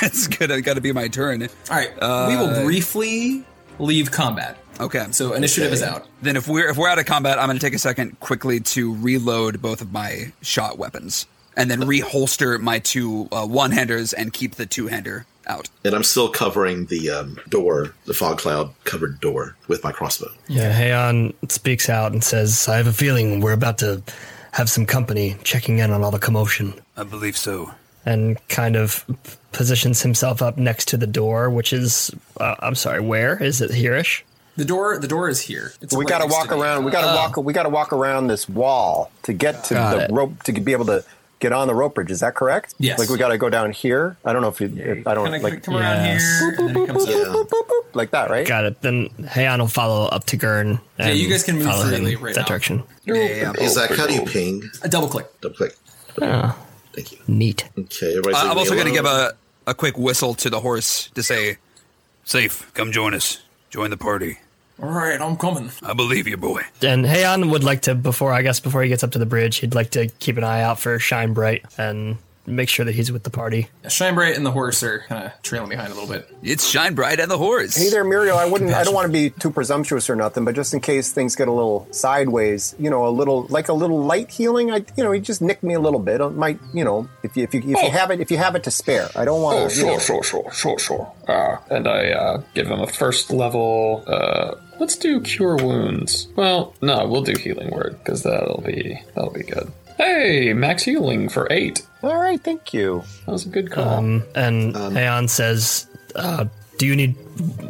<laughs> that's gonna gotta be my turn.
All right,
Uh,
we will briefly leave combat.
Okay, so
So initiative is out.
then if we're if we're out of combat, I'm gonna take a second quickly to reload both of my shot weapons and then reholster my two uh, one-handers and keep the two-hander out.
And I'm still covering the um, door, the fog cloud covered door with my crossbow.
Yeah, Heian speaks out and says, I have a feeling we're about to have some company checking in on all the commotion.
I believe so.
and kind of positions himself up next to the door, which is uh, I'm sorry, where is it? Hereish. Uh,
The door the door is here. It's
we
right
got to
next
walk
me.
around. We got to walk. We got to walk around this wall to get to
Got
the
it.
rope to be able to get on the rope bridge. Is that correct?
Yes.
Like we got to go down here. I don't know if you. I don't
Kinda
like
come around
Yes.
here, and then it comes up.
like that, right?
Got it. Then Heian will follow up to Gurn. And
you guys can move
follow him
freely right
that
now.
direction.
Is that how do you ping?
A double click.
Double click. Thank you.
Neat.
Okay, everybody's
Uh,
leaving
I'm
me
also going to
alone.
give a, a quick whistle to the horse to say, Safe, come join us. Join the party.
All right, I'm coming.
I believe you, boy.
And Heian would like to before I guess before he gets up to the bridge, he'd like to keep an eye out for Shine Bright and make sure that he's with the party.
Yeah, Shine Bright and the horse are kind of trailing behind a little bit.
It's Shine Bright and the horse.
Hey there, Muriel. I wouldn't. I don't want to be too presumptuous or nothing, but just in case things get a little sideways, you know, a little like a little light healing. I, you know, he just nicked me a little bit. It might, you know, if you if you if you have it, if you have it to spare, I don't want
Oh,
to.
sure, sure, sure, sure, sure. Uh, and I uh, give him a first level. Uh, let's do cure wounds. Well, no, we'll do healing word because that'll be that'll be good. Hey, max healing for eight.
All right, thank you.
That was a good call.
Um, And Heian says, uh, "Do you need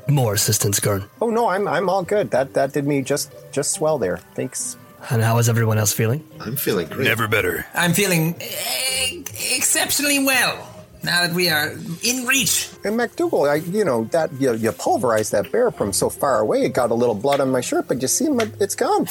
more assistance, Gurn?
Oh no, I'm I'm all good. That that did me just just swell there. Thanks.
And how is everyone else feeling?"
I'm feeling great.
Never better.
I'm feeling
e-, exceptionally well. Now that we are in reach.
And MacDougall, I you know that you, you pulverized that bear from so far away. It got a little blood on my shirt, but you see, my, it's
<laughs>
gone.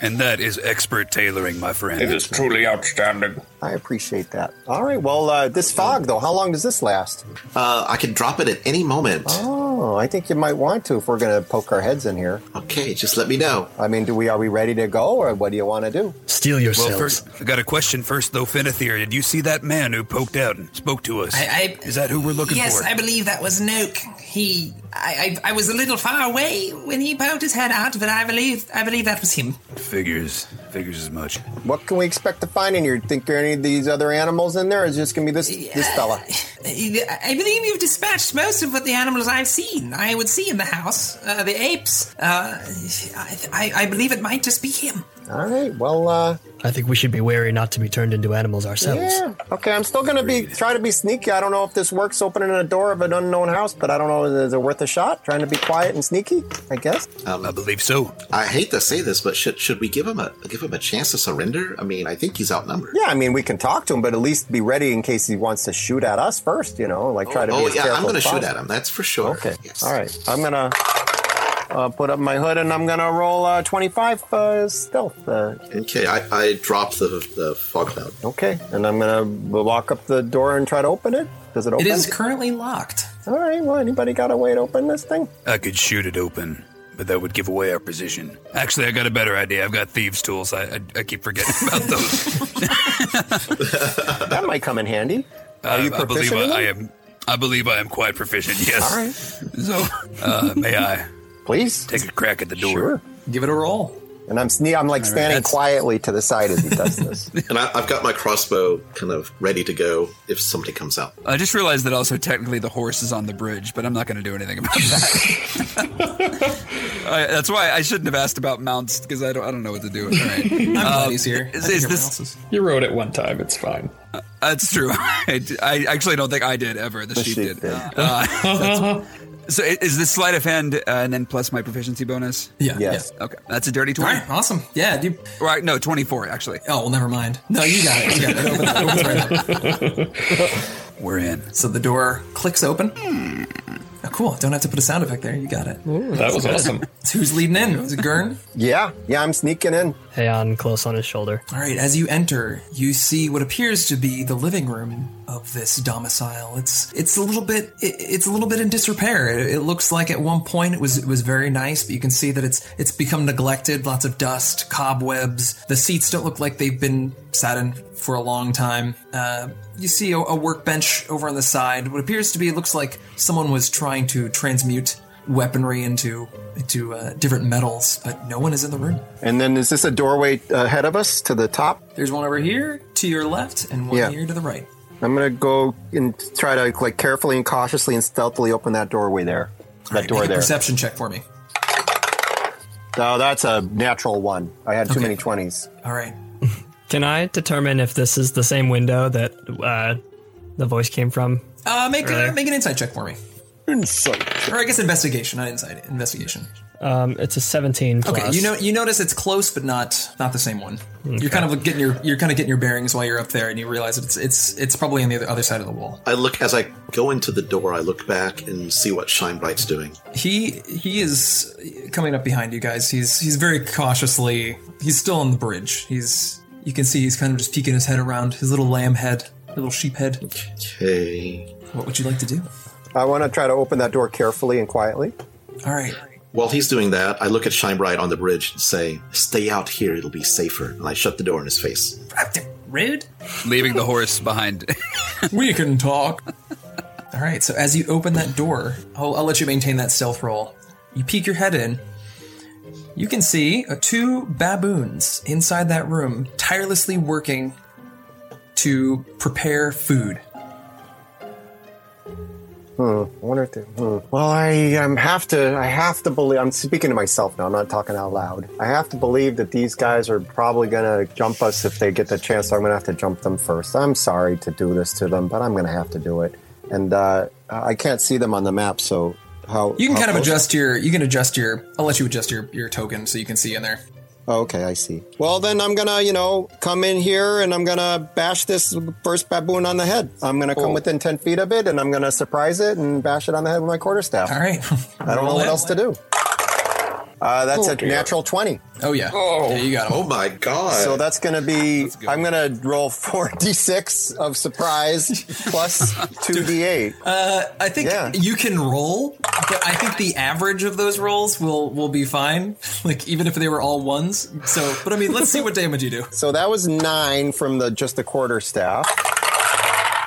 And that is expert tailoring, my
It
friend.
is truly outstanding.
I appreciate that. All right, well, uh, this fog though, how long does this last?
Uh, I can drop it at any moment.
Oh, I think you might want to if we're going to poke our heads in here.
Okay, just let me know.
I mean, do we are we ready to go, or what do you want to do?
Steal
Well,
yourselves.
first, I got a question first, though, Finethir. Did you see that man who poked out and spoke to us?
I- I-
is that who we're looking
Yes,
for?
I believe that was Noak. He, I, I, I was a little far away when he poked his head out, but I believe, I believe that was him.
Figures. Figures as much.
What can we expect to find in here? Think there are any of these other animals in there? Or is it just going to be this this
<laughs>
fella?
I believe you've dispatched most of what the animals I've seen. I would see in the house uh, the apes. Uh, I, I, I believe it might just be
<laughs>
him.
All right, well, uh,
I think we should be wary not to be turned into animals ourselves.
yeah, okay. I'm still going to be try to be sneaky. I don't know if this works opening a door of an unknown house, but I don't know is it worth a shot. Trying to be quiet and sneaky, I guess.
um,
I believe so.
I hate to say this, but should should we give him a give him a chance to surrender? I mean, I think he's outnumbered.
Yeah, I mean, we can talk to him, but at least be ready in case he wants to shoot at us first. You know, like try to be
oh
as
yeah, I'm
careful
going to
as
shoot
possible.
at him. That's for sure.
Okay.
Yes.
All right. I'm gonna uh, put up my hood and I'm gonna roll uh, 25 uh, stealth. Uh,
Okay. I, I drop the the fog cloud.
okay. And I'm gonna walk up the door and try to open it. Does it open?
It is currently locked.
All right. Well, anybody got a way to open this
<laughs>
thing?
I could shoot it open, but that would give away our position. Actually, I got a better idea. I've got thieves' tools. I, I, I keep forgetting <laughs> about those.
That might come in handy.
Are
you
Uh, I believe
proficient in
I, I
them?
am. I believe I am quite proficient. Yes.
All right.
So, uh, may I
<laughs> Please.
take a crack at the door?
Sure.
Give it a roll.
And I'm sne- I'm like standing
that's-
quietly to the side as
<laughs>
he does this. <laughs>
And I, I've got my crossbow kind of ready to go if somebody comes out.
I just realized that also technically the horse is on the bridge, but I'm not going to do anything about that. <laughs> I, that's why I shouldn't have asked about mounts because I don't I don't know what to do. All right.
<laughs>
Uh,
I'm glad he's here.
is-
I think
is
everyone
this-
else is-
You wrote it one time. It's fine.
That's true. <laughs> I, d- I actually don't think I did ever. The, sheep,
sheep
did.
did.
Uh,
<laughs>
that's- so i- is this sleight of hand uh, and then plus my proficiency bonus?
Yeah.
Yes.
yeah.
Okay, that's a dirty
All
twenty.
right. Awesome. Yeah. Do you,
Right? No, twenty-four actually.
oh well. Never mind. No, you got it. You got it. It opens- it opens
<laughs>
right up.
We're in.
So the door clicks open.
Hmm.
Oh, cool. Don't have to put a sound effect there. You got it.
That was awesome.
So who's leading in? Is it Gurn?
Yeah. Yeah. I'm sneaking in.
Heian close on his shoulder.
All right, as you enter, you see what appears to be the living room of this domicile. It's it's a little bit it, it's a little bit in disrepair. It, it looks like at one point it was it was very nice, but you can see that it's it's become neglected. Lots of dust, cobwebs. The seats don't look like they've been sat in for a long time. Uh, you see a, a workbench over on the side. What appears to be it looks like someone was trying to transmute weaponry into into uh, different metals, but no one is in the room.
And then is this a doorway ahead of us to the top?
There's one over here to your left and one
Yeah.
here to the right.
I'm gonna go and try to like carefully and cautiously and stealthily open that doorway there. That
All right,
door
make a
there.
Perception check for me.
No, that's a natural one. I had too
Okay.
many 20s.
All right.
Can I determine if this is the same window that uh, the voice came from?
Uh, make a, make an insight check for me. Insight. Or I guess investigation, not insight. Investigation.
Um, it's a 17 plus.
Okay, you know you notice it's close, but not not the same one. You're kind of getting your you're kind of getting your bearings while you're up there, and you realize it's it's it's probably on the other- other side of the wall.
I look as I go into the door. I look back and see what Shine Bright's doing.
He he is coming up behind you guys. He's he's very cautiously. He's still on the bridge. He's you can see he's kind of just peeking his head around his little lamb head, little sheep head.
Hey,
What would you like to do?
I want to try to open that door carefully and quietly.
All right.
while he's doing that, I look at Shine Bright on the bridge and say, "Stay out here; it'll be safer." And I shut the door in his face.
Rude.
leaving the horse
<laughs>
behind. <laughs>
We can talk. All right. So as you open that door, I'll, I'll let you maintain that stealth roll. You peek your head in. You can see uh, two baboons inside that room, tirelessly working to prepare food.
I wonder if they, hmm. Well, I um, have to. I have to believe. I'm speaking to myself now. I'm not talking out loud. I have to believe that these guys are probably gonna jump us if they get the chance. So I'm gonna have to jump them first. I'm sorry to do this to them, but I'm gonna have to do it. And uh, I can't see them on the map, so how
You can
how
kind of
close-
adjust your. You can adjust your. I'll let you adjust your your token so you can see in there.
Oh, okay, I see. Well, then I'm gonna, you know, come in here and I'm gonna bash this first baboon on the head. I'm gonna
Oh.
come within ten feet of it and I'm gonna surprise it and bash it on the head with my quarterstaff.
All right.
I don't know what else to do. Uh, that's a natural 20.
Oh yeah.
Oh.
Yeah, you got him.
Oh my god!
So that's going to be, I'm going to roll <laughs> 4d6
<laughs>
of surprise plus 2d8.
Uh, I think
Yeah.
you can roll, but I think the average of those rolls will will be fine. <laughs> Like even if they were all ones. So, but I mean, let's see what damage you do.
So that was nine from the just the quarter staff.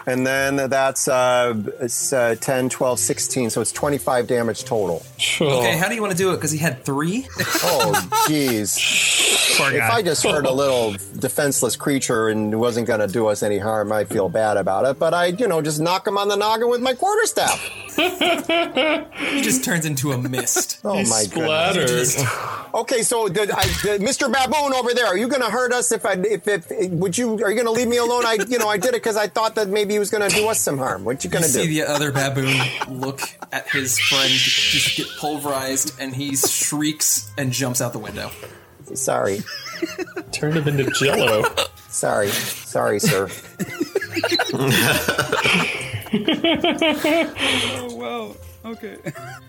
And then that's uh, it's, uh, 10, 12, 16. So it's 25 damage total.
Okay, how do you want to do it? Because he had three.
Oh, jeez.
Poor
If
guy.
I just hurt a little defenseless creature and wasn't going to do us any harm, I'd feel bad about it. But I, you know, just knock him on the noggin with my quarterstaff.
<laughs>
<laughs>
He just turns into a mist.
<laughs> Oh,
He's
my goodness.
splattered.
Okay, so did I, did Mr. Baboon over there, are you going to hurt us if I if, if would you are you going to leave me alone? I you know I did it because I thought that maybe he was going to do us some harm. What you going
You
to do?
see the other baboon look at his friend just get pulverized, and he shrieks and jumps out the window.
sorry,
Turned him into jello.
sorry, sorry, sir.
<laughs>
Oh,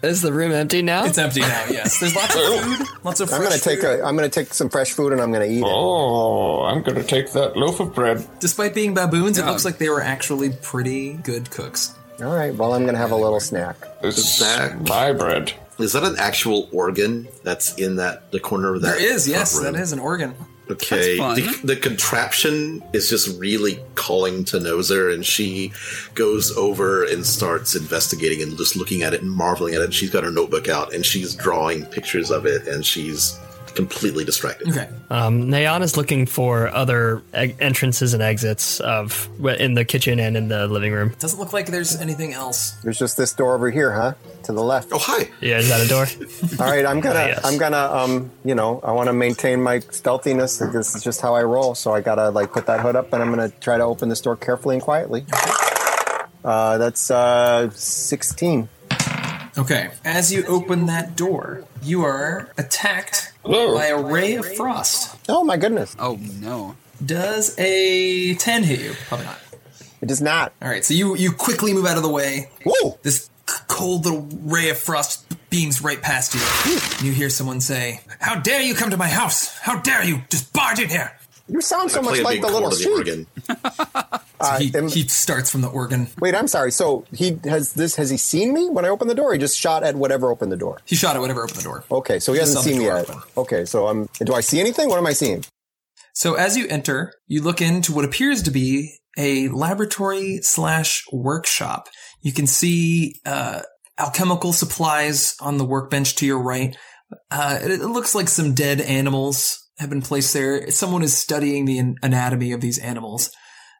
Is the room empty now?
It's empty now.
<laughs>
Yes, there's lots of
Oh.
food. Lots of.
I'm going to
fresh
take
food.
a I'm going to take some fresh food and I'm going to eat it.
Oh, I'm gonna take that loaf of bread.
Despite being baboons, it looks like they were actually pretty good cooks.
All right. Well, I'm going to have a little snack.
This is
That-
my bread.
is that an actual organ that's in that the corner of that?
There is, yes,
front room?
that is an organ.
Okay,
That's
the,
fun.
the contraption is just really calling to Nozer, and she goes over and starts investigating and just looking at it and marveling at it. She's got her notebook out and she's drawing pictures of it, and she's completely distracted.
Okay.
Um, Nayan is looking for other e- entrances and exits of in the kitchen and in the living room.
Doesn't look like there's anything else.
There's just this door over here, huh? To the left.
Oh hi!
Yeah, is that a door?
All right, I'm gonna,
yes.
I'm gonna, um, you know, I want to maintain my stealthiness. This is just how I roll, so I gotta like put that hood up, and I'm gonna try to open this door carefully and quietly. Uh, that's uh, 16.
Okay. As you open that door, you are attacked
Hello.
by a ray of frost.
Oh my goodness,
oh no.
Does a 10 hit you? Probably not.
it is not.
All right, so you, you quickly move out of the way.
Whoa!
This c- cold little ray of frost beams right past you.
Hmm.
And You hear someone say, How dare you come to my house? How dare you? Just barge in here.
You sound so much
Play a
like
big
the little
chord of
sheep.
organ.
<laughs> Uh,
He,
am-
he starts from the organ.
wait, I'm sorry. So he has this. Has he seen me when I opened the door? He just shot at whatever opened the door.
He shot at whatever opened the door.
Okay, so he
Just saw
hasn't
the
seen me
door
yet.
open.
Okay, so I'm. Do I see anything? What am I seeing?
So as you enter, you look into what appears to be a laboratory slash workshop. You can see uh, alchemical supplies on the workbench to your right. Uh, it, it looks like some dead animals have been placed there. Someone is studying the an- anatomy of these animals.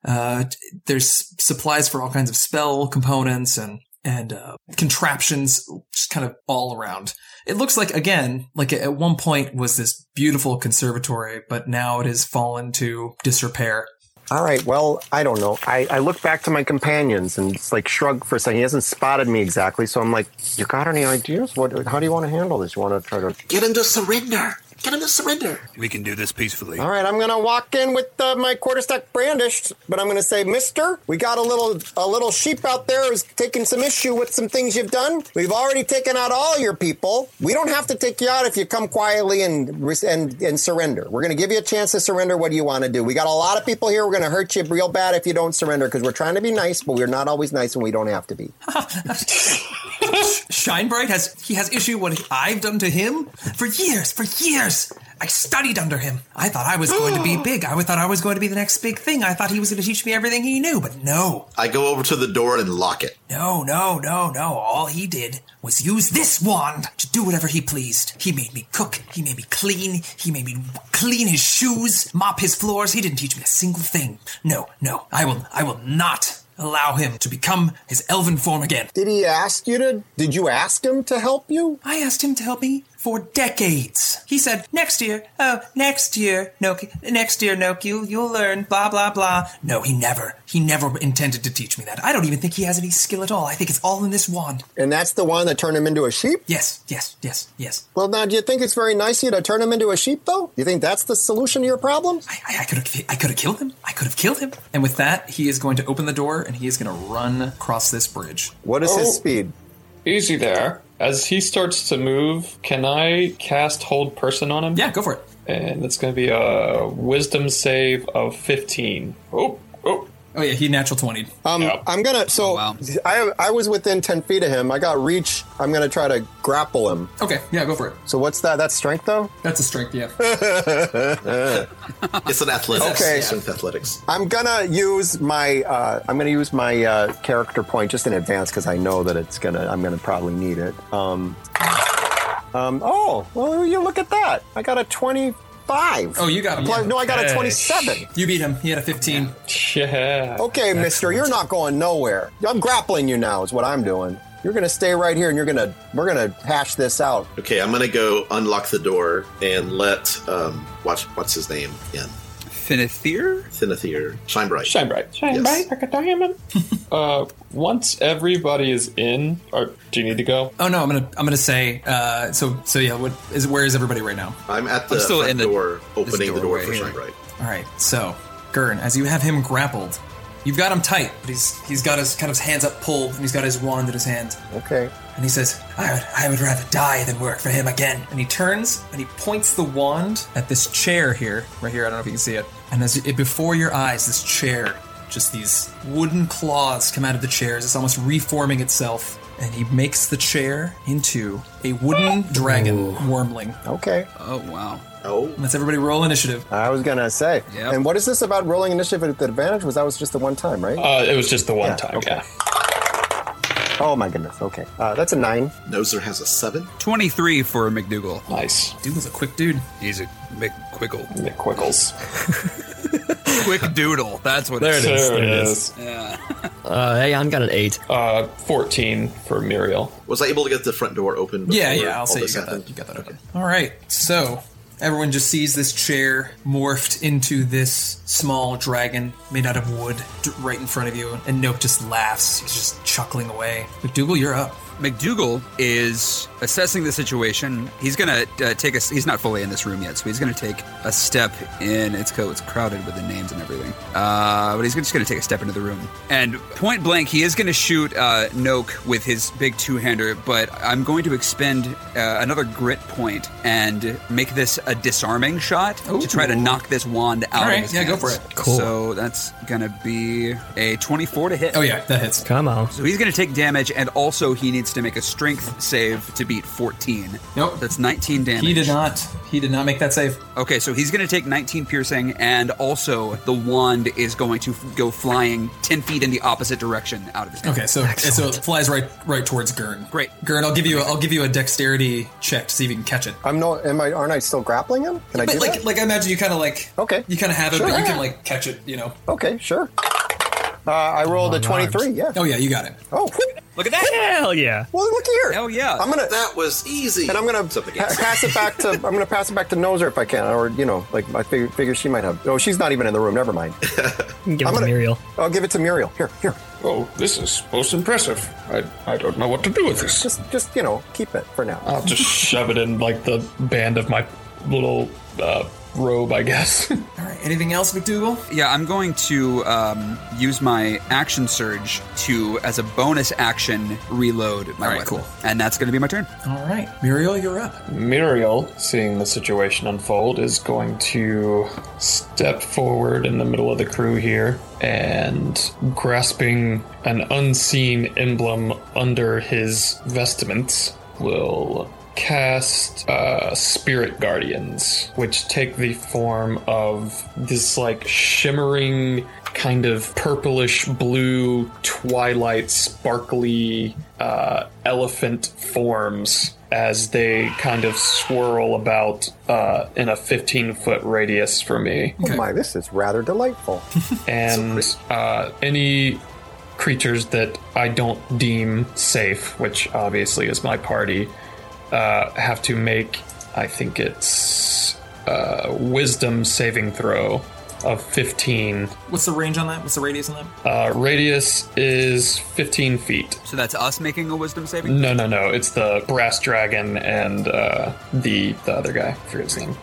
Uh, t- there's supplies for all kinds of spell components and and uh, contraptions, just kind of all around. It looks like again, like at one point was this beautiful conservatory, but now it has fallen to disrepair.
All right. Well, I don't know. I, I look back to my companions and it's like shrug for a second. He hasn't spotted me exactly, so I'm like, "You got any ideas? What? How do you want to handle this? You want to try to?"
Get him to surrender. Get him to surrender.
We can do this peacefully.
All right, I'm gonna walk in with uh, my quarterstack brandished, but I'm gonna say, "Mister, we got a little a little sheep out there who's taking some issue with some things you've done. We've already taken out all your people. We don't have to take you out if you come quietly and res- and and surrender. We're gonna give you a chance to surrender. What do you want to do? We got a lot of people here. We're gonna hurt you real bad if you don't surrender because we're trying to be nice, but we're not always nice and we don't have to be.
Shinebright has he has issue what I've done to him for years, for years. I studied under him. I thought I was going
<gasps>
to be big. I thought I was going to be the next big thing. I thought he was going to teach me everything he knew, but no,
I go over to the door and lock it.
no, no, no, no. All he did was use this wand to do whatever he pleased. He made me cook. He made me clean. He made me clean his shoes, mop his floors. He didn't teach me a single thing. No, no. I will. I will not allow him to become his elven form again.
Did he ask you to? Did you ask him to help you?
I asked him to help me for decades. He said, "Next year, oh, next year, Noki, next year, Noki, you, you'll learn." Blah blah blah. No, he never, he never intended to teach me that. I don't even think he has any skill at all. I think it's all in this wand.
And that's the one that turned him into a sheep.
Yes, yes, yes, yes.
Well, now, do you think it's very nice of you to turn him into a sheep, though? You think that's the solution to your problems?
I, I could have, I could have killed him. I could have killed him.
And with that, he is going to open the door and he is going to run across this bridge.
What is
Oh.
his speed?
Easy there. As he starts to move, can I cast Hold Person on him?
Yeah, go for it.
And it's going to be a Wisdom save of 15. Oh, oh.
Oh yeah, he natural twenty.
Um,
Yep.
I'm gonna. So
wow.
I I was within ten feet of him. I got reach. I'm gonna try to grapple him.
Okay, yeah, go for it.
So what's that? That's strength, though.
That's a strength. Yeah.
<laughs> It's an athletics.
Okay.
Strength athletics.
I'm gonna use my uh, I'm gonna use my uh, character point just in advance because I know that it's gonna I'm gonna probably need it. Um, um, oh well, you look at that! I got a 25.
Oh, you got him.
Plus- no, I got a
okay.
27.
You beat him. He had a fifteen.
Yeah.
Okay, Mister, you're not going nowhere. I'm grappling you now. Is what I'm doing. You're gonna stay right here, and you're gonna we're gonna hash this out.
Okay, I'm gonna go unlock the door and let um watch what's his name in
Finithir?
Thinathier shine bright.
Shine bright. Shine
Yes. bright
like a diamond. uh, once everybody is in, or do you need to go?
Oh no, I'm gonna I'm gonna say. Uh, so so yeah. What is where is everybody right now?
I'm at the
I'm still
front
in the-
door, opening the door
doorway
for
here.
shine bright.
All right. So Gurn, as you have him grappled, you've got him tight, but he's he's got his kind of his hands up pulled and he's got his wand in his hand.
Okay.
And he says, I would, I would rather die than work for him again. And he turns and he points the wand at this chair here, right here. I don't know if you can see it. And as it, before your eyes, this chair, just these wooden claws come out of the chair. as It's almost reforming itself. And he makes the chair into a wooden dragon wormling.
Okay.
Oh, wow.
Oh,
Let's everybody roll initiative.
I was gonna say.
Yep.
And what is this about rolling initiative at advantage? Was that was just the one time, right?
Uh, it was just the one
Yeah,
time.
okay.
Yeah.
oh my goodness. Okay. Uh, that's a nine.
Noser has a seven.
23 for McDougal.
Nice.
Dude was a quick dude.
He's a McQuickle.
Nick Quickles.
<laughs> Quick
Oh,
doodle. That's what
There
it
it
is.
is.
There
There
it
it
is.
<laughs> Uh, hey, I got an eight.
Uh, 14 for Muriel.
Was I able to get the front door open? Before
Yeah, yeah, I'll
all
say you
this
got
happened?
that. You got that. Okay. All right. So everyone just sees this chair morphed into this small dragon made out of wood d- right in front of you, and Nope just laughs. He's just chuckling away. McDougal, you're up.
McDougal is assessing the situation. He's gonna uh, take a. He's not fully in this room yet, so he's gonna take a step in. It's co. It's crowded with the names and everything. Uh, but he's just gonna take a step into the room and point blank. He is gonna shoot uh, Noak with his big two hander. But I'm going to expend uh, another grit point and make this a disarming shot to try to knock this wand out.
All
Of
right,
his
yeah, go
hands.
for it.
Cool.
So that's gonna be a 24 to hit.
Oh yeah, that hits.
Come on.
So he's going to take damage, and also he needs to make a strength save to beat 14.
Nope.
That's 19 damage.
He did not. He did not make that save.
Okay, so he's going to take 19 piercing, and also the wand is going to f- go flying 10 feet in the opposite direction out of his hand.
Okay, so so it flies right right towards Gurn.
Great.
Gurn. I'll give you a, I'll give you a dexterity check to see if you can catch it.
I'm no. Am I? Aren't I still grappling him? Can I do
But like
that?
like I imagine you kind of like
Okay.
you kind of have it,
Sure. Oh,
but you can like catch it. You know.
okay. Sure. Uh, I rolled a
Long arms.
23, yeah.
Oh, yeah, you got it.
Oh,
look at that.
Hell yeah.
Well, look here.
Hell yeah.
I'm gonna
That was easy.
and I'm gonna
It's up against
pa-
it.
pass it back to I'm gonna pass it back to Nozer if I can, or you know, like I figure, figure she might have. Oh, she's not even in the room.
<laughs>
Never mind.
You can give it to
gonna-
Muriel.
I'll give it to Muriel. Here, here.
Oh, this is most impressive. I, I don't know what to do with this.
Just, just you know, keep it for now.
<laughs>
I'll just shove it in like the band of my little uh, robe, I guess. <laughs>
All right. Anything else, McDougal?
Yeah, I'm going to um, use my action surge to, as a bonus action, reload my
All right,
weapon.
cool.
And that's going to be my turn.
All right. Muriel, you're up.
Muriel, seeing the situation unfold, is going to step forward in the middle of the crew here and grasping an unseen emblem under his vestments will cast uh, spirit guardians which take the form of this like shimmering kind of purplish blue twilight sparkly uh, elephant forms as they kind of swirl about uh, in a 15 foot radius for me.
Oh my, this is rather delightful.
And uh, any creatures that I don't deem safe, which obviously is my party, uh, have to make, I think it's uh, wisdom saving throw of 15.
What's the range on that? What's the radius on that?
Uh, radius is 15 feet.
So that's us making a wisdom saving?
No, no, no. It's the brass dragon and uh, the the other guy. I forget his name.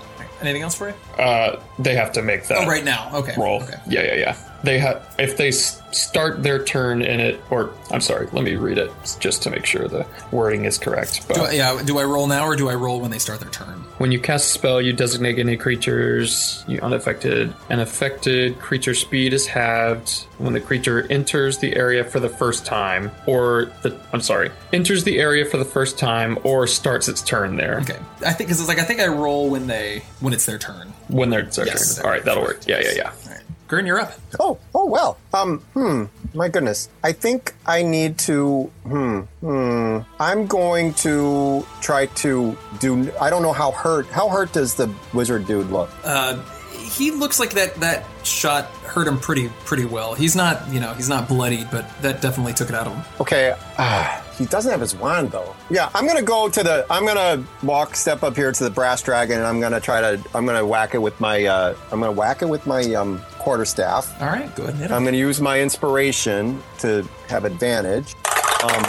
Anything else for you?
Uh, they have to make that
Oh, right now. Okay.
roll.
Okay.
Yeah, yeah, yeah. They ha- if they s- start their turn in it, or I'm sorry, let me read it s- just to make sure the wording is correct. But
Do I, yeah. Do I roll now or do I roll when they start their turn?
when you cast a spell, you designate any creatures you unaffected. An affected creature speed is halved when the creature enters the area for the first time, or the I'm sorry, enters the area for the first time, or starts its turn there.
Okay. I think because it's like I think I roll when they when it's their turn.
When they're their
Yes.
turn. All right, that'll work. Yeah, yeah, yeah.
All right. Gurn, you're up.
Oh, oh well. Um, hmm. My goodness. I think I need to. Hmm. Hmm. I'm going to try to do. I don't know how hurt. How hurt does the wizard dude look?
Uh, he looks like that that shot hurt him pretty pretty well. He's not you know he's not bloodied, but that definitely took it out of him.
Okay. Ah, he doesn't have his wand though. Yeah, I'm gonna go to the. I'm gonna walk, step up here to the brass dragon, and I'm gonna try to. I'm gonna whack it with my. Uh, I'm gonna whack it with my um, quarterstaff.
All right. Go ahead. And hit him.
I'm gonna use my inspiration to have advantage. Um,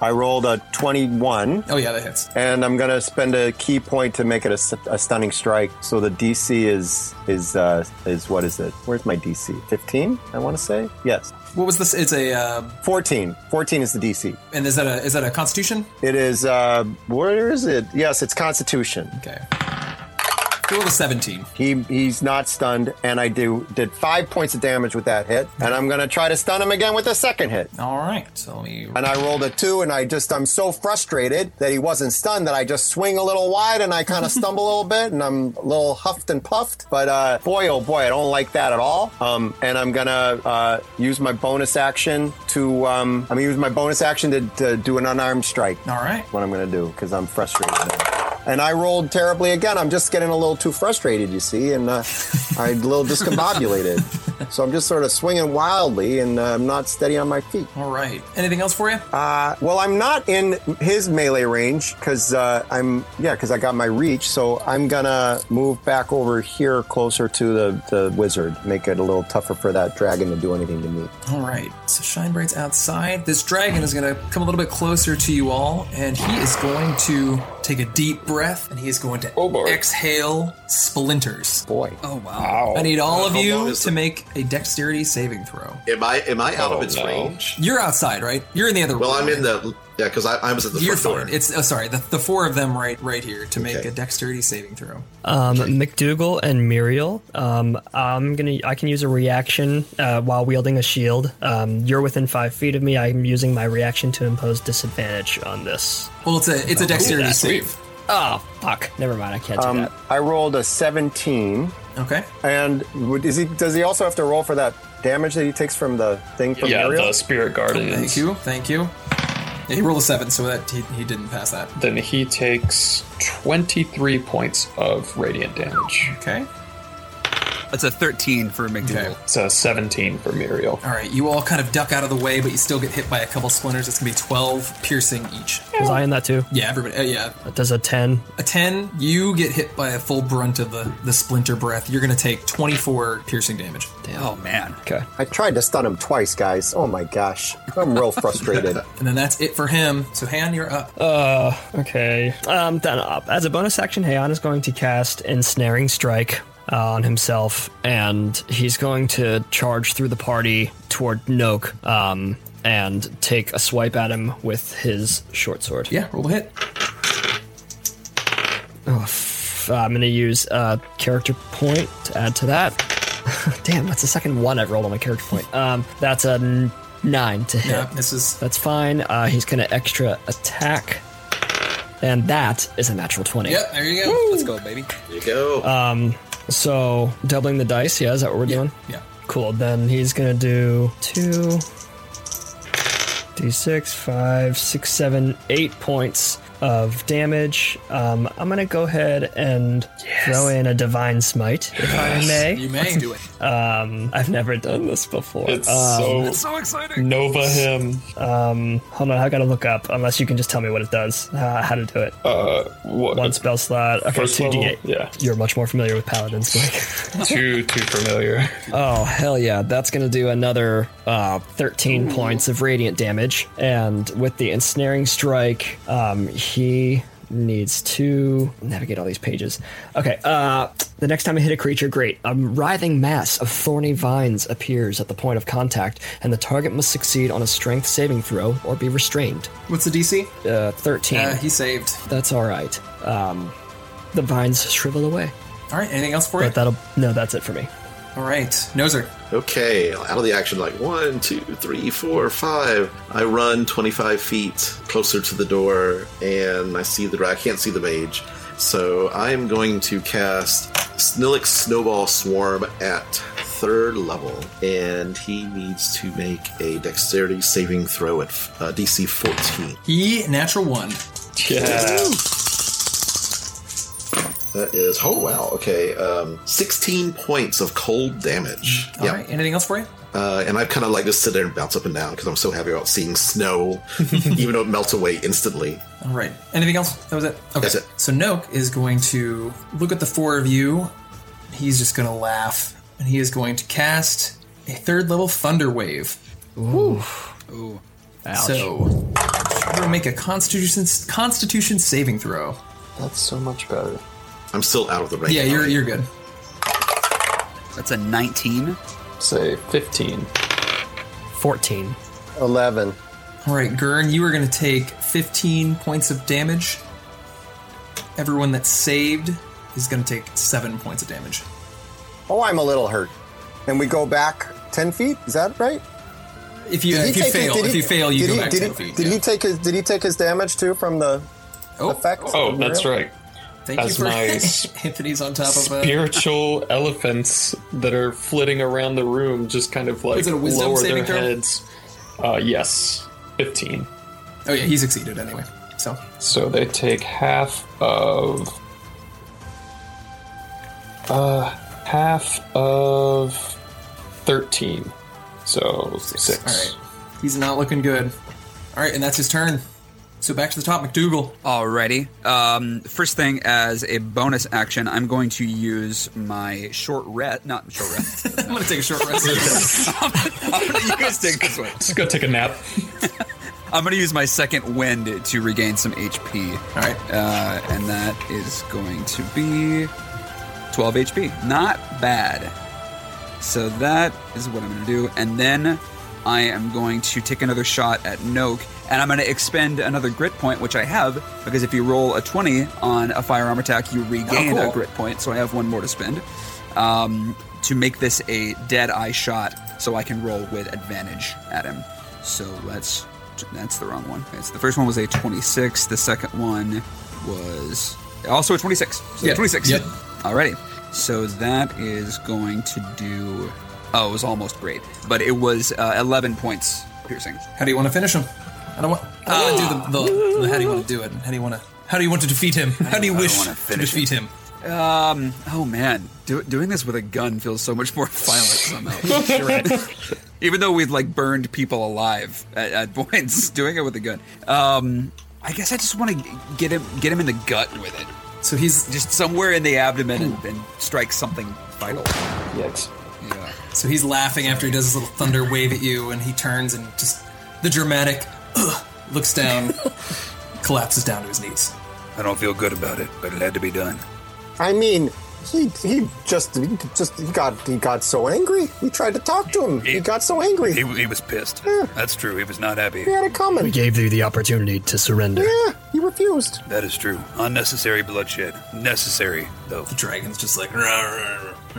I rolled a 21,
oh yeah, that hits.
and I'm gonna spend a key point to make it a, st- a stunning strike. So the DC is is uh, is what is it? Where's my DC? 15, I want to say. Yes,
What was this? It's a uh,
14. 14 is the DC.
and is that a is that a Constitution?
It is. Uh, where is it? Yes, it's Constitution.
Okay. He rolled a seventeen.
He he's not stunned, and I do did five points of damage with that hit, and I'm gonna try to stun him again with a second hit.
All right. So let me.
And I rolled a two, and I just I'm so frustrated that he wasn't stunned that I just swing a little wide, and I
<laughs>
kind of stumble a little bit, and I'm a little huffed and puffed. But uh, boy, oh boy, I don't like that at all. Um, and I'm gonna uh, use my bonus action to um, I'm gonna use my bonus action to, to do an unarmed strike.
All right.
what I'm going to do because I'm frustrated. now. And I rolled terribly again. I'm just getting a little too frustrated, you see, and uh, I'm a
<laughs>
little discombobulated. so I'm just sort of swinging wildly and uh, I'm not steady on my feet.
All right. Anything else for you?
Uh, well, I'm not in his melee range because uh, I'm, yeah, because I got my reach. So I'm going to move back over here closer to the, the wizard, make it a little tougher for that dragon to do anything to me.
All right. So Shinebright's outside. This dragon is going to come a little bit closer to you all, and he is going to take a deep breath, and he is going to
Oh, boy.
exhale splinters.
Boy.
Oh, wow.
I need all of
How long
you
is
to
the-
make a dexterity saving throw.
Am I am I out
Oh,
of its
no.
range?
You're outside, right? You're in the other
Well,
room.
I'm in the yeah because I, I was at the
You're
front
fine.
door.
It's oh, sorry. The, the four of them right right here to make
Okay.
a dexterity saving throw.
Um, McDougal and Muriel. Um, I'm gonna. I can use a reaction uh, while wielding a shield. Um, you're within five feet of me. I'm using my reaction to impose disadvantage on this.
Well, it's a it's a dexterity save.
Oh fuck! Never mind. I can't do
Um,
that.
I rolled a 17.
Okay.
And would- is he? Does he also have to roll for that damage that he takes from the thing from
yeah,
Muriel?
the spirit
Thank
guardians.
you. Thank you. Yeah, he rolled a seven, so that he, he didn't pass that.
Then he takes 23 points of radiant damage.
Okay.
That's a 13 for McDougal.
It's a 17 for Muriel.
All right, you all kind of duck out of the way, but you still get hit by a couple splinters. It's gonna be twelve piercing each.
Was I in that too?
Yeah, everybody. Uh, yeah,
That does a 10.
a ten. You get hit by a full brunt of the the splinter breath. You're gonna take twenty four piercing damage.
Oh, man.
Okay.
I tried to stun him twice, guys. Oh my gosh. I'm
<laughs>
real frustrated.
And then that's it for him. So Han, you're up.
Okay. Um, then up. As a bonus action, Heian is going to cast Ensnaring Strike uh, on himself, and he's going to charge through the party toward Noak um, and take a swipe at him with his short sword.
yeah, roll the hit.
Uh, I'm going to use a character point to add to that. <laughs> Damn, that's the second one I've rolled on my character point. Um, that's a n- nine to hit.
Yeah, misses.
That's fine. Uh, he's going to extra attack. And that is a natural 20.
Yep, there you go. Let's go, baby.
There you go.
Uh, Um, So doubling the dice, yeah, is that what we're doing?
Yeah.
Cool. Then he's gonna do two d6, five, six, seven, eight points of damage. Um, I'm gonna go ahead and throw in a divine smite, if I may.
You may do it.
Um, I've never done this before.
It's
Um,
so,
exciting.
Nova him.
hold on, I gotta look up. Unless you can just tell me what it does, uh, how to do it.
What,
One spell slot. Okay,
First
two d8.
level? Yeah.
You're much more familiar with paladins, Blake.
Too too familiar.
Oh, hell yeah. That's going to do another uh, 13 points of radiant damage. And with the ensnaring strike, um, he needs to navigate all these pages. Okay, uh, the next time I hit a creature, great. A writhing mass of thorny vines appears at the point of contact, and the target must succeed on a strength saving throw or be restrained.
What's the DC?
Uh, 13.
Uh, he saved.
That's all right. Um, the vines shrivel away.
All right. Anything else for
But
it?
that'll. No, that's it for me.
All right, Nozer.
Okay, out of the action, like one, two, three, four, five. I run 25 feet closer to the door, and I see the I can't see the mage, so I am going to cast Snillick Snowball Swarm at third level, and he needs to make a Dexterity saving throw at uh, DC 14.
He natural one.
Yeah.
That is oh wow, okay, um, 16 points of cold damage.
All right. Anything else for you?
Uh, and I kind of like just sit there and bounce up and down because I'm so happy about seeing
<laughs>
snow, even though it melts away instantly.
All right. Anything else? That was it. Okay.
That's it.
So Noak is going to look at the four of you. He's just going to laugh, and he is going to cast a third level thunder wave. Ooh. Ooh. So you're gonna make a constitution constitution saving throw.
That's so much better.
I'm still out of the range.
Yeah, you're you're good.
That's a 19.
Say 15.
14.
11.
All right, Gurn, you are going to take 15 points of damage. Everyone that's saved is going to take seven points of damage.
Oh, I'm a little hurt. And we go back 10 feet? Is that right?
If you if you
take his-
fail,
did
if
he-
you fail, you
did
go
he-
back
did
ten
he-
feet.
Did
yeah.
he take his? Did he take his damage too from the
Oh,
effect?
Oh, that's right.
Thank
That's
you for <laughs>
nice.
Anthony's on top of a.
Spiritual elephants that are flitting around the room just kind of like
Is it a wisdom
lower
saving
their
throw?
heads. Uh, yes. 15.
Oh yeah, he succeeded anyway. So
So they take half of. Uh, half of 13. So six.
all right, he's not looking good. <laughs> All right, and that's his turn. So back to the top, McDougal.
Alrighty. Um, first thing, as a bonus action, I'm going to use my short rest. Not short rest.
I'm going to take a short rest.
<laughs>
<laughs>
you guys take this one.
Just go take a nap.
<laughs> I'm going to use my second wind to regain some HP.
all right,
Uh, and that is going to be 12 HP. Not bad. So that is what I'm going to do. And then I am going to take another shot at Noak. And I'm going to expend another grit point, which I have, because if you roll a 20 on a firearm attack, you regain
Oh, cool.
a grit point. So I have one more to spend um, to make this a dead eye shot so I can roll with advantage at him. So let's. That's the wrong one. Okay, so the first one was a 26. The second one was also a 26. So
Yeah.
26.
Yep.
Alrighty. So that is going to do. Oh, it was almost great, but it was uh, 11 points piercing.
how do you want to finish him? I don't want. uh,
Ah.
I want to do the, the, the. How do you want to do it? How do you want to? How do you want to defeat him? How do you
I
wish
wanna
to
finish
defeat him?
Um. Oh man, Do, doing this with a gun feels so much more <laughs> violent
<laughs>
somehow.
You're
<laughs> Even though we've like burned people alive at, at <laughs> points, doing it with a gun. Um. I guess I just want to get him get him in the gut with it.
So he's
just somewhere in the abdomen and, and strike something vital. Yikes. <laughs> Yeah.
So he's laughing after he does his little thunder wave at you, and he turns and just the dramatic "Ugh,"
<laughs>
looks down, collapses down to his knees.
I don't feel good about it, but it had to be done.
I mean, he he just he just he got he got so angry. We tried to talk to him. He, got so angry.
He, he was pissed. That's true. He was not happy.
We had it coming.
We gave you the opportunity to surrender.
Yeah, he refused.
That is true. Unnecessary bloodshed. Necessary, though. The
dragon's just like. "Rawr,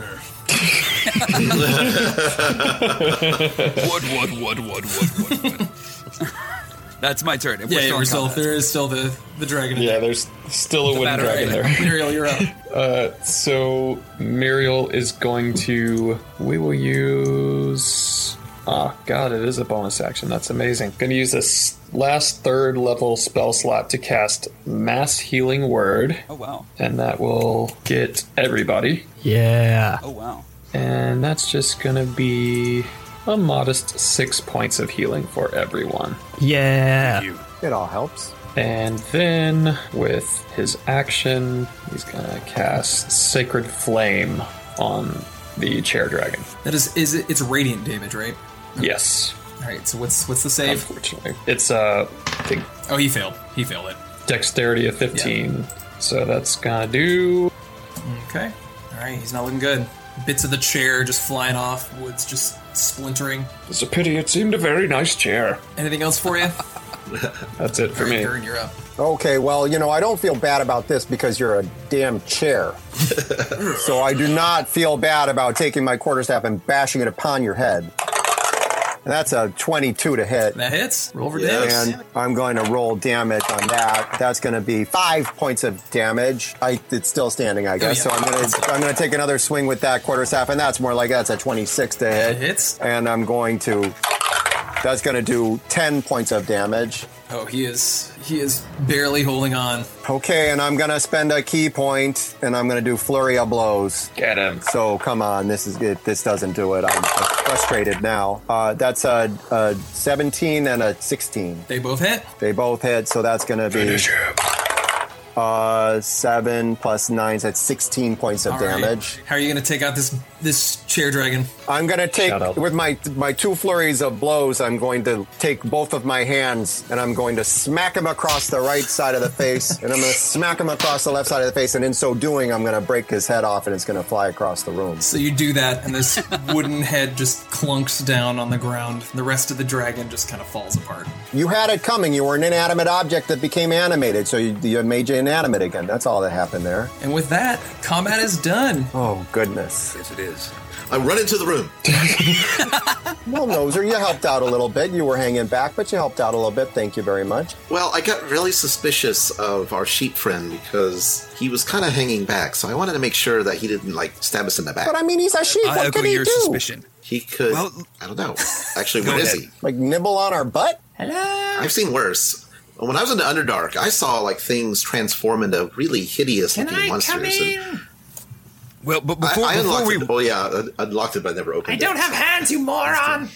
<laughs>
<laughs>
what, what, what, what, what?
<laughs> That's my turn.
yeah, yeah,
in
we're still
combat.
there is still the the dragon. in
Yeah,
there.
there's still a
The
wooden
matter
dragon
of-
there.
Muriel, you're up.
Uh, so Muriel is going to. We will use. Oh god, it is a bonus action. That's amazing. Going to use this last third level spell slot to cast Mass Healing Word.
Oh wow.
And that will get everybody.
Yeah.
Oh wow.
And that's just going to be a modest six points of healing for everyone.
Yeah.
It all helps.
And then, with his action, he's gonna cast Sacred Flame on the chair dragon.
That is is it, it's radiant damage, right?
Yes.
All right. So what's what's the save?
Unfortunately, it's uh, I think
Oh, he failed. He failed it.
dexterity of fifteen. So that's gonna do.
Okay. All right. He's not looking good. Bits of the chair just flying off. Wood's just splintering.
It's a pity. It seemed a very nice chair.
Anything
<laughs>
else for you?
That's it for me.
Gurren, you're up.
Okay, well, you know, I don't feel bad about this because you're a damn
<laughs>
chair. so I do not feel bad about taking my quarterstaff and bashing it upon your head. And that's a 22 to hit.
That hits. Roll for damage.
And I'm going to roll damage on that. That's going to be five points of damage. I, it's still standing, I guess.
yeah.
So I'm going to I'm going to take another swing with that quarterstaff, and that's more like that's a 26 to hit.
That hits.
And I'm going to. That's going to do 10 points of damage.
Oh, he is he is barely holding on.
Okay, and I'm gonna spend a key point, and I'm gonna do flurry of blows.
Get him.
So come on, this is it, this doesn't do it. I'm frustrated now. Uh, that's a, a 17 and a 16.
They both hit.
They both hit, so that's gonna be uh, seven plus nine. so That's 16 points of
All right.
damage.
How are you going to take out this this chair dragon?
I'm gonna take
Shout out.
with my my two flurries of blows. I'm going to take both of my hands and I'm going to smack him across the right side of the face, and I'm gonna smack him across the left side of the face, and in so doing, I'm gonna break his head off, and it's gonna fly across the room.
So you do that, and
<laughs>
this wooden head just clunks down on the ground. The rest of the dragon just kind of falls apart.
You had it coming. You were an inanimate object that became animated, so you, you made you inanimate again. That's all that happened there.
And with that, combat is done.
Oh goodness!
Yes, it is.
I run into the
<laughs>
room.
Well, Noser, you helped out a little bit. You were hanging back, but you helped out a little bit. Thank you very much.
Well, I got really suspicious of our sheep friend because he was kind of hanging back, so I wanted to make sure that he didn't like stab us in the back.
But I mean, he's a sheep.
I
what
echo
can he
your
do?
suspicion.
he could.
Well-
I don't know. Actually, where
Go
is
ahead.
he?
Like nibble on our butt?
I've seen worse. When I was in the Underdark, I saw like things transform into really hideous
Can
looking
I
monsters.
come
and
in?
Well, but
I,
before,
I
before
unlocked
we
it. Oh yeah, I unlocked it, but I never opened
I
it.
don't have hands, you moron!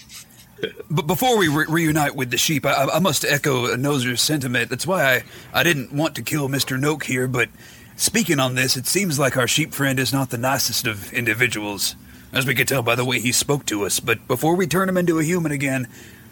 But before we re- reunite with the sheep, I, I- I must echo Noser's sentiment. That's why I, I didn't want to kill Mr. Noak here, but speaking on this, it seems like our sheep friend is not the nicest of individuals, as we could tell by the way he spoke to us. But before we turn him into a human again,